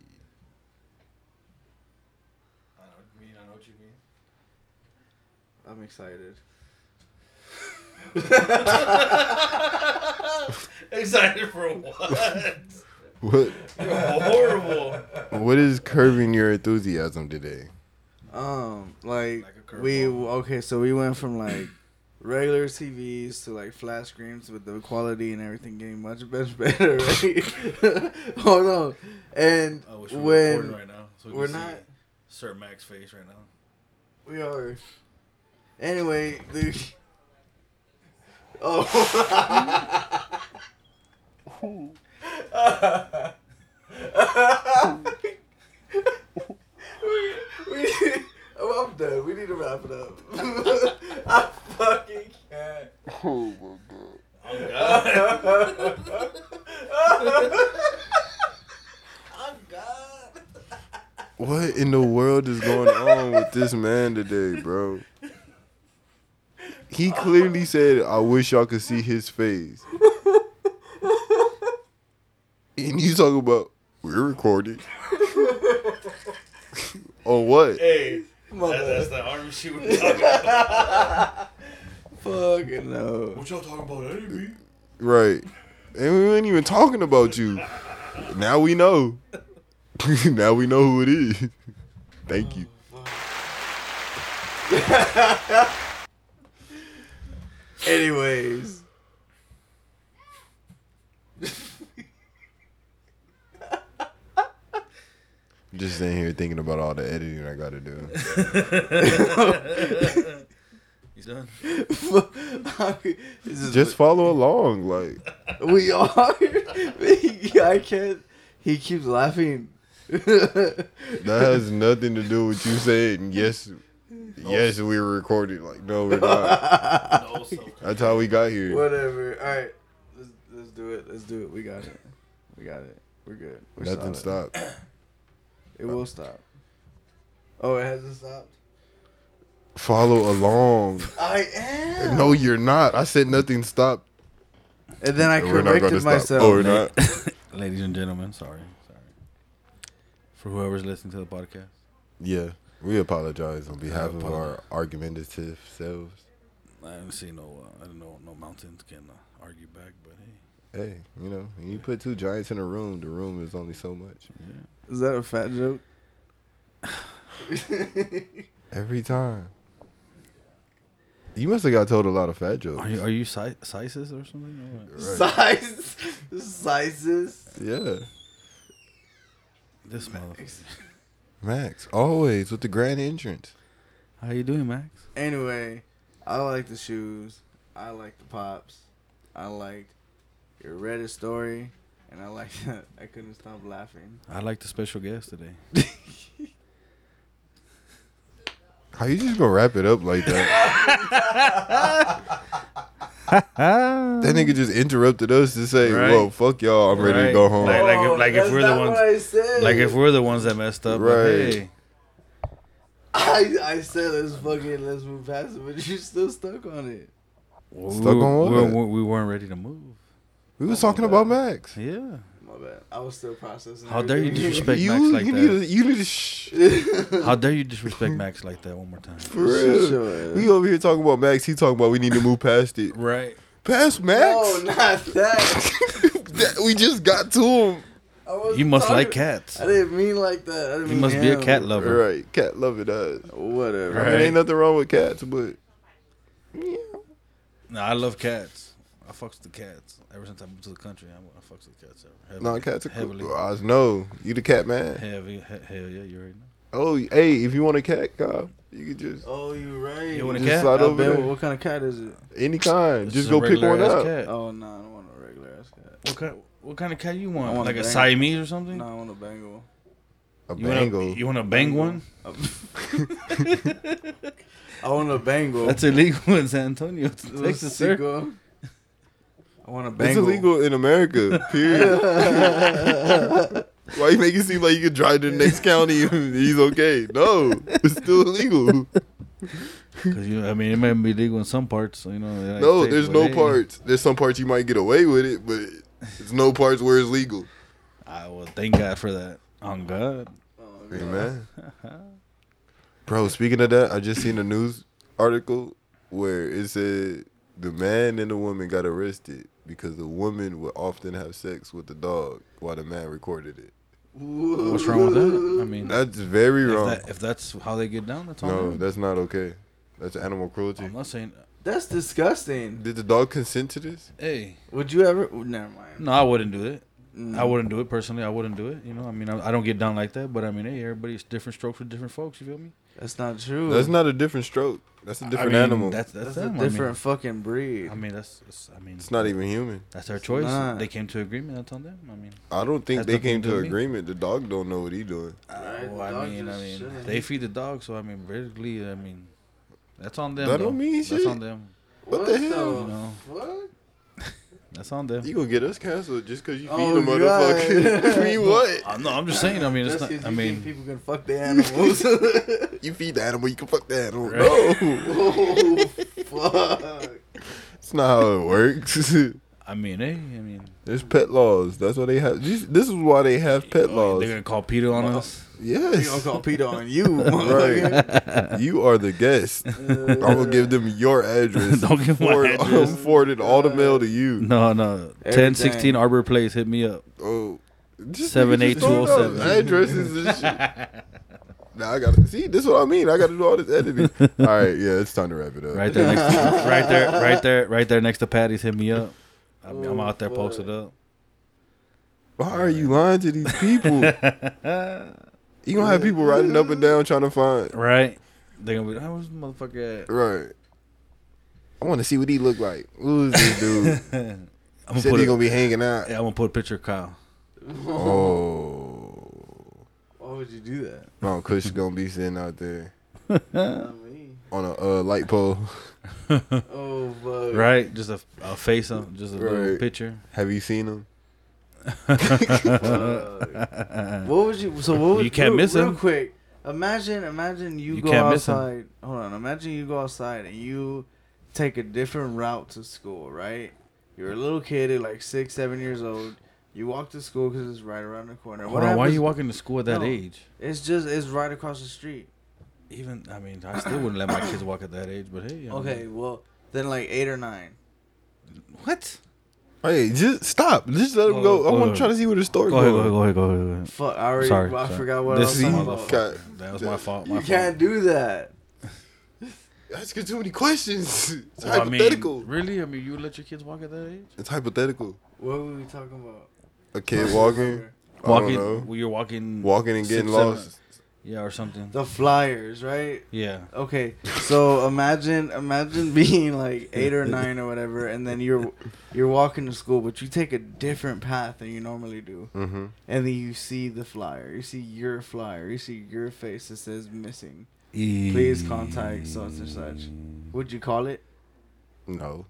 S3: I know what you mean. I know what you mean.
S2: I'm excited. *laughs*
S3: *laughs* Excited for what?
S1: What
S3: You're horrible.
S1: what is curbing your enthusiasm today?
S2: Um, like,
S3: Like a
S2: we
S3: curveball.
S2: okay, so we went from like *coughs* regular TVs to like flat screens with the quality and everything getting much *laughs* better, better right? *laughs* Hold on, and
S3: I wish we Oh, were
S2: when
S3: recording right now. So we
S2: we're
S3: could see
S2: not-
S3: Sir Mac's face right now.
S2: we are, anyway, the *laughs* oh.
S1: *laughs*
S2: *laughs* we, we, oh, I'm done. We need to wrap it up. *laughs* I fucking can't.
S1: Oh my god.
S3: Oh, God.
S2: I'm God.
S1: What in the world is going on with this man today, bro? He clearly said, "I wish y'all could see his face," and you talking about we're recorded. *laughs* On what?
S3: *laughs* hey,
S2: My
S3: that, that's
S2: bad.
S3: the army shit we were talking about.
S2: Fucking no.
S3: y'all talking about anyway?
S1: Right. And we weren't even talking about you. Now we know. *laughs* now we know who it is. *laughs* Thank you.
S2: Anyways. *laughs*
S1: Just sitting here thinking about all the editing I gotta do.
S3: *laughs* He's done.
S2: This is-
S1: Just follow along, like
S2: *laughs* we are. *laughs* I can't. He keeps laughing. *laughs*
S1: that has nothing to do with you saying yes Yes, we were recording. Like, no, we're not.
S3: No *laughs* self
S1: That's how we got here.
S2: Whatever. All right, let's let's do it. Let's do it. We got it. We got it. We're good. We're
S1: Nothing
S2: solid.
S1: stopped.
S2: It will stop. Oh, it hasn't stopped.
S1: Follow along.
S2: I am.
S1: No, you're not. I said nothing stopped.
S2: And then I
S1: And we're not going to
S2: corrected
S1: stop.
S2: myself.
S1: oh, we're not.
S3: Ladies and gentlemen, sorry, sorry. For whoever's listening to the podcast,
S1: Yeah, we apologize on behalf of
S3: apologize.
S1: our argumentative selves.
S3: I didn't see no, uh, I don't know, no mountains can uh, argue back, but hey,
S1: Hey, you know, when you put two giants in a room, the room is only so much.
S2: Is that a fat *laughs* joke?
S1: Every time. You must have got told a lot of fat jokes.
S3: are you are you si- sizes or something? Or what?
S1: Right.
S2: Size, sizes.
S1: Yeah.
S3: This motherfucker.
S1: Max, always with the grand entrance.
S3: How you doing, Max?
S2: Anyway, I like the shoes. I like the pops. I liked your Reddit story, and I like *laughs* that. I couldn't stop laughing.
S3: I like the special guest today.
S1: How you just gonna wrap it up like
S3: *laughs*
S1: that?
S3: Ah.
S1: that nigga just interrupted us to say,
S3: Right.
S1: "Whoa, fuck y'all! I'm ready to
S3: Right.
S1: go home."
S3: Like- like if- like if
S2: Oh, that's
S3: we're the
S2: not
S3: ones-
S2: what I said.
S3: Like if we're the ones that messed up,
S1: Right.
S3: right? Hey,
S2: I, I said let's fucking let's move past it, but you're still stuck on it.
S3: we,
S1: Stuck on
S3: were-
S1: what?
S3: we, we weren't ready to move.
S1: we was talking about Max.
S3: Yeah.
S2: My bad. I was still processing.
S3: How dare you
S2: everything.
S3: disrespect Max
S1: you,
S3: like
S1: you
S3: that?
S1: need to, you need to shh.
S2: *laughs*
S3: How dare you disrespect *laughs* Max like that one more time?
S1: For real.
S2: Sure.
S1: We over here talking about Max. He talking about we need to move past it.
S3: Right. *laughs*
S1: Past
S2: No,
S1: *laughs* Max?
S2: not that.
S1: That- we just got to him.
S2: I wasn't
S3: You must
S2: talking-
S3: like cats.
S2: I didn't mean like that. I didn't
S3: You
S2: mean
S3: must be a
S2: him.
S3: cat lover.
S1: Right, cat uh, loving us.
S2: Whatever.
S1: I mean,
S3: Right.
S1: ain't nothing wrong with cats, but
S3: No, I love cats. I fucks the cats. Ever since I moved to the country, I'm, I fucks the cats. Ever. Heavily,
S1: no, cats are
S3: heavily.
S1: cool. I know you the cat man.
S3: Heavy, he, hell yeah, you already know.
S1: Oh, hey, if you want a cat, God, you can just
S2: Oh, you right.
S3: You want a
S1: Just
S3: cat?
S1: slide
S2: I
S1: over
S2: bet-
S1: there.
S2: What kind of cat is it?
S1: any kind.
S3: It's
S1: Just
S3: a
S1: go pick one
S3: regular-ass
S1: up.
S3: cat.
S2: Oh no, I don't want a regular ass cat.
S3: Uh, What kind? What kind of cat you
S2: I
S3: want?
S2: want
S3: like
S2: a
S3: a
S2: bang-
S3: Siamese or something?
S2: No, I want a
S3: *laughs*
S2: Bengal.
S1: A
S3: You
S1: bangle.
S3: Want a, you want a bang one?
S2: I want a Bengal.
S3: That's illegal in San Antonio,
S2: Little
S3: Texas, sir.
S2: seagull. I want a
S1: it's
S2: Bengal.
S1: illegal in
S3: *laughs*
S1: America. Period. Why you make it seem like you can drive to the next county and he's okay? No, it's still illegal.
S3: Because you, I mean, it might be legal in some parts. You know. United
S1: No,
S3: States,
S1: there's
S3: but
S1: no
S3: hey,
S1: parts. There's some parts you might get away with it, but it's no parts where it's legal.
S3: I will thank God for that. On God.
S2: Oh, God.
S1: Amen. Bro, speaking of that, I just seen a news article where it said the man and the woman got arrested because the woman would often have sex with the dog while the man recorded it.
S3: What's wrong with that? I mean,
S1: That's very
S3: if,
S1: wrong.
S3: that, if that's how they get down, that's all.
S1: no, that's not okay. That's animal cruelty.
S3: I'm not saying.
S2: That's
S3: Oh.
S2: disgusting.
S1: Did the dog consent to this?
S3: Hey,
S2: Would you ever? oh, Never mind.
S3: no, I wouldn't do it.
S2: Mm.
S3: I wouldn't do it personally. I wouldn't do it. You know, I mean, I, I don't get down like that. But I mean, hey, everybody's different strokes for different folks. You feel me?
S2: That's not true.
S1: That's not a different stroke. That's a
S3: I
S1: different
S3: mean,
S1: animal.
S3: That's
S2: That's
S3: that's,
S2: a
S3: them.
S2: different fucking breed.
S3: I mean, I mean, that's, that's I mean,
S1: it's not even human.
S3: that's their choice.
S2: not.
S3: They came to agreement. That's on them. I mean,
S1: I don't think
S3: Has
S1: they
S3: nothing
S1: came
S3: to do
S1: to
S3: with me.
S1: agreement. The dog don't know what he doing.
S2: Right,
S3: well,
S2: the
S3: I
S2: dog
S3: mean, I
S2: just
S3: mean,
S2: shouldn't.
S3: they feed the dog, so I mean, basically, I mean, that's on them.
S1: That
S3: though.
S1: don't mean
S3: that's
S1: shit.
S3: on them.
S1: What the hell?
S3: You know,
S2: What?
S3: that's on them.
S1: You gonna get us canceled just because you feed
S2: Oh,
S1: a motherfucker? *laughs*
S2: God.
S1: mean what?
S3: I'm, no, I'm just saying. I mean, it's
S2: Just
S3: not.
S2: 'cause
S3: I
S2: you think
S3: mean,
S2: people can fuck their animals. *laughs*
S1: You feed the animal, you can fuck the animal.
S3: Right.
S1: No,
S2: oh, fuck.
S1: *laughs* it's not how it works. *laughs*
S3: I mean, hey, I mean,
S1: There's pet laws. That's why they have. This, this is why they have pet
S3: oh,
S1: laws.
S3: they're gonna call Peter on us.
S2: We gonna
S1: Yes,
S2: call Peter on *laughs* you, motherfucker.
S1: right. *laughs* you are the
S3: *laughs*
S1: guest. I'm gonna give them your address.
S3: Don't give my
S1: Forward- *laughs*
S3: address. Uh,
S1: Forwarded all the mail to you.
S3: No, no.
S2: Everything.
S3: 1016 Arbor Place. Hit me up.
S1: Oh, just-
S3: 78207.
S1: just don't know. Addresses and shit.
S3: *laughs*
S1: Now I gotta see. This is what I mean. I gotta do all this
S3: *laughs*
S1: editing. All right, yeah, it's time to wrap it up.
S3: Right there,
S1: *laughs*
S3: next to, right there, right there, right there next to Patty's. Hit me up. I mean,
S1: Oh,
S3: I'm out there posted up.
S1: Why are you lying to these people?
S3: *laughs*
S1: you gonna have people riding up and down trying to find
S3: Right? They're gonna be. How was motherfucker? At?
S1: right. I want to see what he look like. Who's this
S3: *laughs*
S1: dude?
S3: *laughs* I'm gonna
S1: Said
S3: put.
S1: he
S3: A,
S1: gonna be hanging out.
S3: yeah, I'm gonna put a picture
S1: *laughs*
S3: of Kyle.
S1: Oh,
S2: Why would you do that?
S1: Mount Kush gonna be sitting out there.
S2: Not me.
S1: on a uh, light pole.
S2: Oh, fuck.
S3: Right? Just a, a face on just a little
S1: Right. *laughs*
S3: picture. *laughs*
S1: Have you seen him?
S2: Fuck. what would you? So what would
S3: You can't
S2: real,
S3: miss
S2: real
S3: him.
S2: quick? Imagine, imagine you,
S3: You
S2: go
S3: can't miss him.
S2: outside. Hold on. Imagine you go outside and you take a different route to school. Right? You're a little kid at like six, seven years old. You walk to school because it's right around the corner.
S3: Hold on, why are
S2: happens-
S3: you walking to school at that
S2: No.
S3: age?
S2: It's just it's right across the street.
S3: Even I mean, I still wouldn't let my kids walk at that age. But hey, you know.
S2: Okay, well then like eight or nine.
S3: what?
S1: Hey, just stop. Just let him go. I
S3: Go
S1: want
S3: ahead.
S1: to try to see where the story
S3: Go ahead, go ahead,
S1: goes.
S3: go ahead, go ahead, go ahead.
S2: Fuck, I already
S3: Sorry,
S2: I
S3: sorry.
S2: forgot what
S3: This
S2: I
S1: is-
S2: was talking about.
S1: God.
S3: That was my fault. My
S2: You
S3: fault.
S2: can't do that.
S1: Asking too many questions. *laughs* It's
S3: Well, I mean,
S1: hypothetical.
S3: really? I mean, you let your kids walk at that age?
S1: it's hypothetical.
S2: What were we talking about?
S1: A kid walking, I
S3: Walking,
S1: don't know.
S3: well, you're walking,
S1: walking and
S3: six,
S1: getting
S3: seven-
S1: lost.
S3: yeah, or something.
S2: The flyers, right?
S3: Yeah,
S2: Okay, so
S3: *laughs*
S2: imagine imagine being like eight or nine or whatever, and then you're you're walking to school, but you take a different path than you normally do,
S1: Mm-hmm.
S2: and then you see the flyer, you see your flyer, you see your face that says missing. Please contact such and such. Would you call it?
S1: Mm-hmm. No,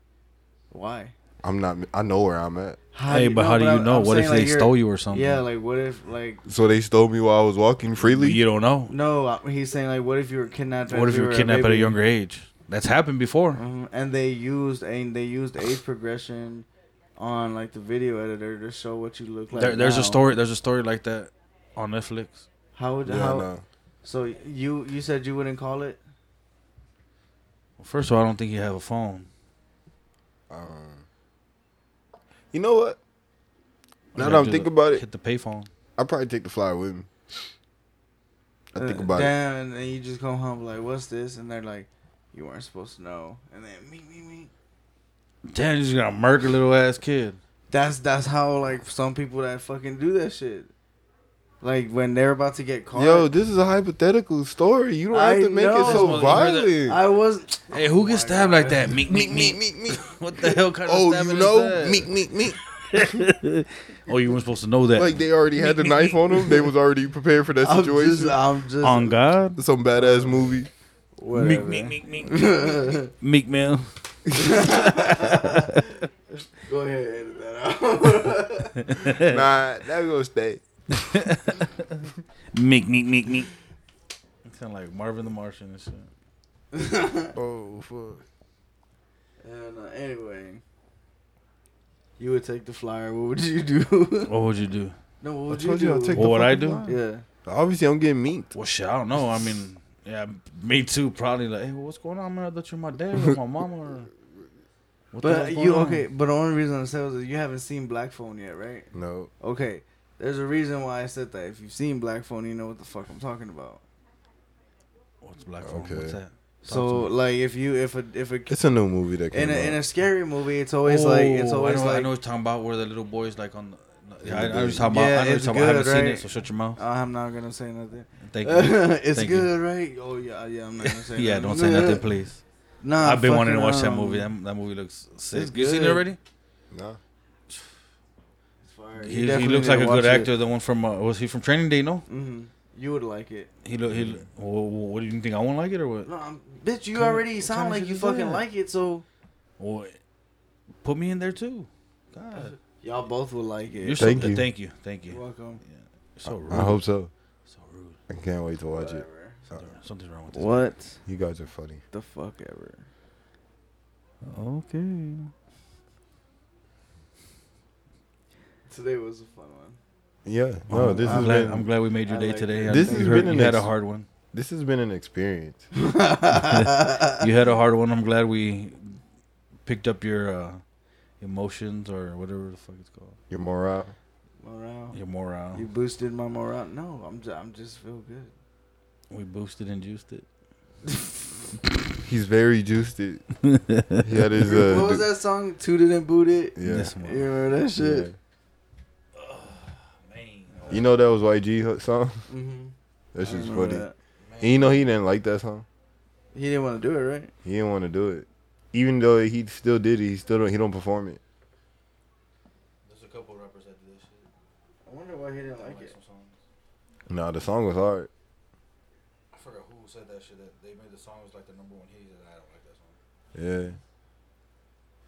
S2: Why?
S1: I'm not. I know where I'm at.
S2: How
S3: Hey,
S2: you-
S3: but
S2: no,
S3: how do you
S2: I'm-
S3: know?
S2: I'm
S3: What if
S2: saying, like,
S3: they
S2: you're-
S3: stole you or something?
S2: Yeah, like what if like
S1: So they stole me while I was walking freely.
S3: you don't know.
S2: no? I- He's saying like what if you were kidnapped?
S3: What if you were kidnapped at a
S2: baby?
S3: younger age? That's happened before.
S2: Mhm, and they used and they used age progression on like the video editor to show what you look like.
S3: there, there's
S2: now.
S3: a story. There's a story like that on Netflix.
S2: How would
S1: Yeah,
S2: how?
S1: no.
S2: So you you said you wouldn't call it.
S3: Well, first of all, I don't think you have a phone.
S1: Um, you know what? Now
S3: Or
S1: that I'm
S3: do
S1: thinking
S3: the-
S1: about it-
S3: hit the payphone.
S1: I probably take the flyer with me. I think
S2: Uh,
S1: about it.
S2: damn, and then you just come home like, what's this? And they're like, you weren't supposed to know. And then me me me.
S3: Damn, you just gonna murk a little ass kid.
S2: That's that's how like some people that fucking do that shit. Like when they're about to get caught.
S1: Yo, this is a hypothetical story. You don't have
S2: I
S1: to make
S2: know.
S1: it so
S3: You heard that-
S1: violent.
S2: I was.
S3: Hey, who gets
S2: my
S3: stabbed
S2: God.
S3: like that? Meek, meek, meek.
S1: meek, meek.
S3: What the hell kind of
S1: Oh,
S3: stabbing
S1: you
S3: is
S1: know,
S3: that?
S1: meek, meek, meek.
S3: *laughs* Oh, you weren't supposed to know that.
S1: Like they already had the knife on them. They was already prepared for that
S2: I'm
S1: situation.
S2: just. I'm just.
S3: on God,
S1: Some badass movie.
S2: whatever.
S3: meek, meek, meek, *laughs* meek, man.
S2: Go ahead, edit that out.
S1: nah, that gonna stay.
S3: *laughs* Meek, meek, meek, meek. Sound like Marvin the Martian and shit.
S2: *laughs*
S1: Oh fuck.
S2: And uh, anyway, you would take the flyer. What would you do?
S3: What would you do?
S2: *laughs* no, what
S1: I
S2: would you
S1: told
S2: do?
S1: you I'll take
S3: What
S1: the
S3: would I
S1: fucking
S3: do?
S1: flyer.
S2: yeah.
S1: Obviously, I'm getting meat.
S3: Well, shit, I don't know. I mean, yeah, me too. Probably like, hey, what's going on, man? I thought you were my dad or my mama or. What the
S2: But
S3: hell's
S2: you
S3: going on?
S2: okay? But the only reason I said was that you haven't seen Black Phone yet, right?
S1: No,
S2: Okay. There's a reason why I said that. If you've seen Black Phone, you know what the fuck I'm talking about.
S3: What's black phone?
S1: Okay.
S3: What's that?
S2: So
S3: to
S2: like, if you if a if a
S1: it's a new movie that came
S2: in a,
S1: out.
S2: in a scary movie, it's always like it's
S3: Oh,
S2: always
S3: I know, I
S2: like
S3: know what you're talking about where the little boy's like on. The, yeah, I, I
S1: Yeah,
S3: know what you're talking about. I know what you're
S2: it's
S3: talking about. I haven't
S2: good,
S3: seen
S2: right?
S3: it, so shut your mouth.
S2: uh, I'm not gonna say nothing. *laughs*
S3: Thank you.
S2: it's
S3: Thank you.
S2: good, right? Oh yeah, yeah. I'm not
S3: *laughs*
S2: gonna say.
S3: yeah,
S2: nothing.
S3: don't say nothing, please.
S2: *laughs* Nah,
S3: I've been wanting to
S2: fucking,
S3: watch that
S2: um,
S3: movie. That, that movie looks sick.
S2: it's
S3: You seen it
S2: good.
S3: already?
S1: nah.
S2: it's fire. You
S3: He, he
S2: definitely
S3: looks
S2: need
S3: like
S2: to
S3: a
S2: watch
S3: good
S2: it.
S3: actor. The one from uh, was he from Training Day? No,
S2: Mm-hmm. You would like it.
S3: he look. He look wha- wha- what do you think? I won't like it or what?
S2: No, I'm, bitch, you
S3: Kinda-
S2: already
S3: what
S2: sound
S3: kinda
S2: like
S3: shit
S2: you
S3: is
S2: fucking
S3: that?
S2: like it, so
S3: Well, put me in there too. God,
S2: y'all both would like it.
S3: you're
S2: You're,
S3: so,
S1: Thank
S3: uh,
S1: you.
S3: thank you, thank you.
S2: welcome.
S3: So rude.
S1: I hope so.
S3: so rude.
S1: I can't wait to watch it.
S2: Whatever.
S3: Something- Something's wrong with this.
S2: Uh, What
S1: You guys are funny.
S2: the fuck ever?
S3: Okay.
S2: Today was a fun one.
S1: Yeah. No, this
S3: I'm
S1: has
S3: glad,
S1: been.
S3: I'm glad we made your
S2: I
S3: day
S2: like
S3: today.
S2: it.
S3: I
S1: This
S3: think
S1: has
S3: you heard-
S1: been an
S3: you had a
S1: ex-
S3: hard one.
S1: This has been an experience.
S3: You had a hard one. I'm glad we picked up your uh, emotions or whatever the fuck it's called.
S1: Your morale.
S2: Morale.
S3: Your morale.
S2: You boosted my morale. No, I'm just, I'm just feel good.
S3: We boosted and juiced it.
S1: He's very juiced. It. *laughs* he had his. Uh,
S2: what was
S1: d-
S2: that song? Tooted and booted.
S1: Yeah.
S3: This one.
S2: You remember that
S1: yeah.
S2: shit?
S1: You know that was YG ho- song.
S2: Mm-hmm.
S1: That's just funny. And you know he didn't like that song.
S2: He didn't want to do it, right?
S1: He didn't want to do it, even though he still did it. He still don't. He don't perform it.
S3: There's a couple rappers that do this shit.
S2: I wonder why he didn't like it.
S1: Nah, the song was hard.
S3: I
S4: forgot who said that shit. That they made the song was like the number one hit. He said, I don't like that song.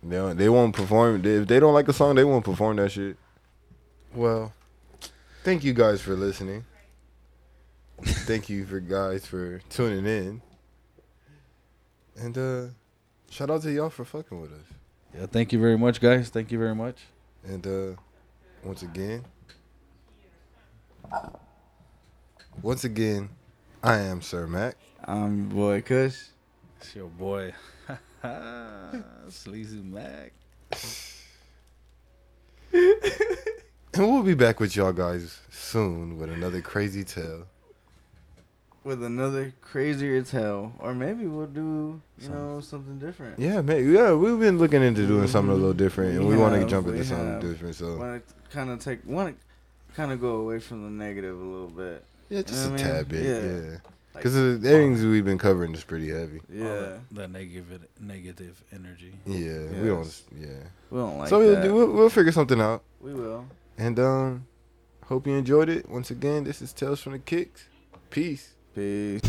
S1: Yeah. They don't, they won't perform. They, if they don't like a song, they won't perform that shit. Well, thank you guys for listening. thank you for guys for tuning in. And uh shout out to y'all for fucking with us.
S5: Yeah, thank you very much, guys. Thank you very much.
S1: And uh once again Once again, I am Sir Mac.
S2: I'm your Um, boy Kush.
S5: It's your
S3: *laughs*
S5: boy, Sleazy Mac.
S1: And we'll be back with y'all guys soon with another crazy tale.
S2: with another crazier tale, or maybe we'll do you know something different.
S1: Yeah, man. Yeah, we've been looking into doing something a little different, and we,
S2: Mm-hmm. We
S1: want to
S2: have,
S1: jump into
S2: we
S1: something
S2: have.
S1: different. So
S2: Want to kind of take want to kind of go away from the negative a little bit.
S1: yeah, just a
S2: I mean,
S1: tad bit.
S2: yeah.
S1: Yeah, because the things we've been covering is pretty heavy.
S2: Yeah,
S3: All that, that negative negative energy.
S1: Yeah, we don't.
S2: Yes.
S1: Yeah.
S2: we don't like
S1: so we'll,
S2: that.
S1: do, we'll we'll figure something out,
S2: We will.
S1: and um, hope you enjoyed it. Once again, this is Tales from the Kicks. Peace.
S2: Peace.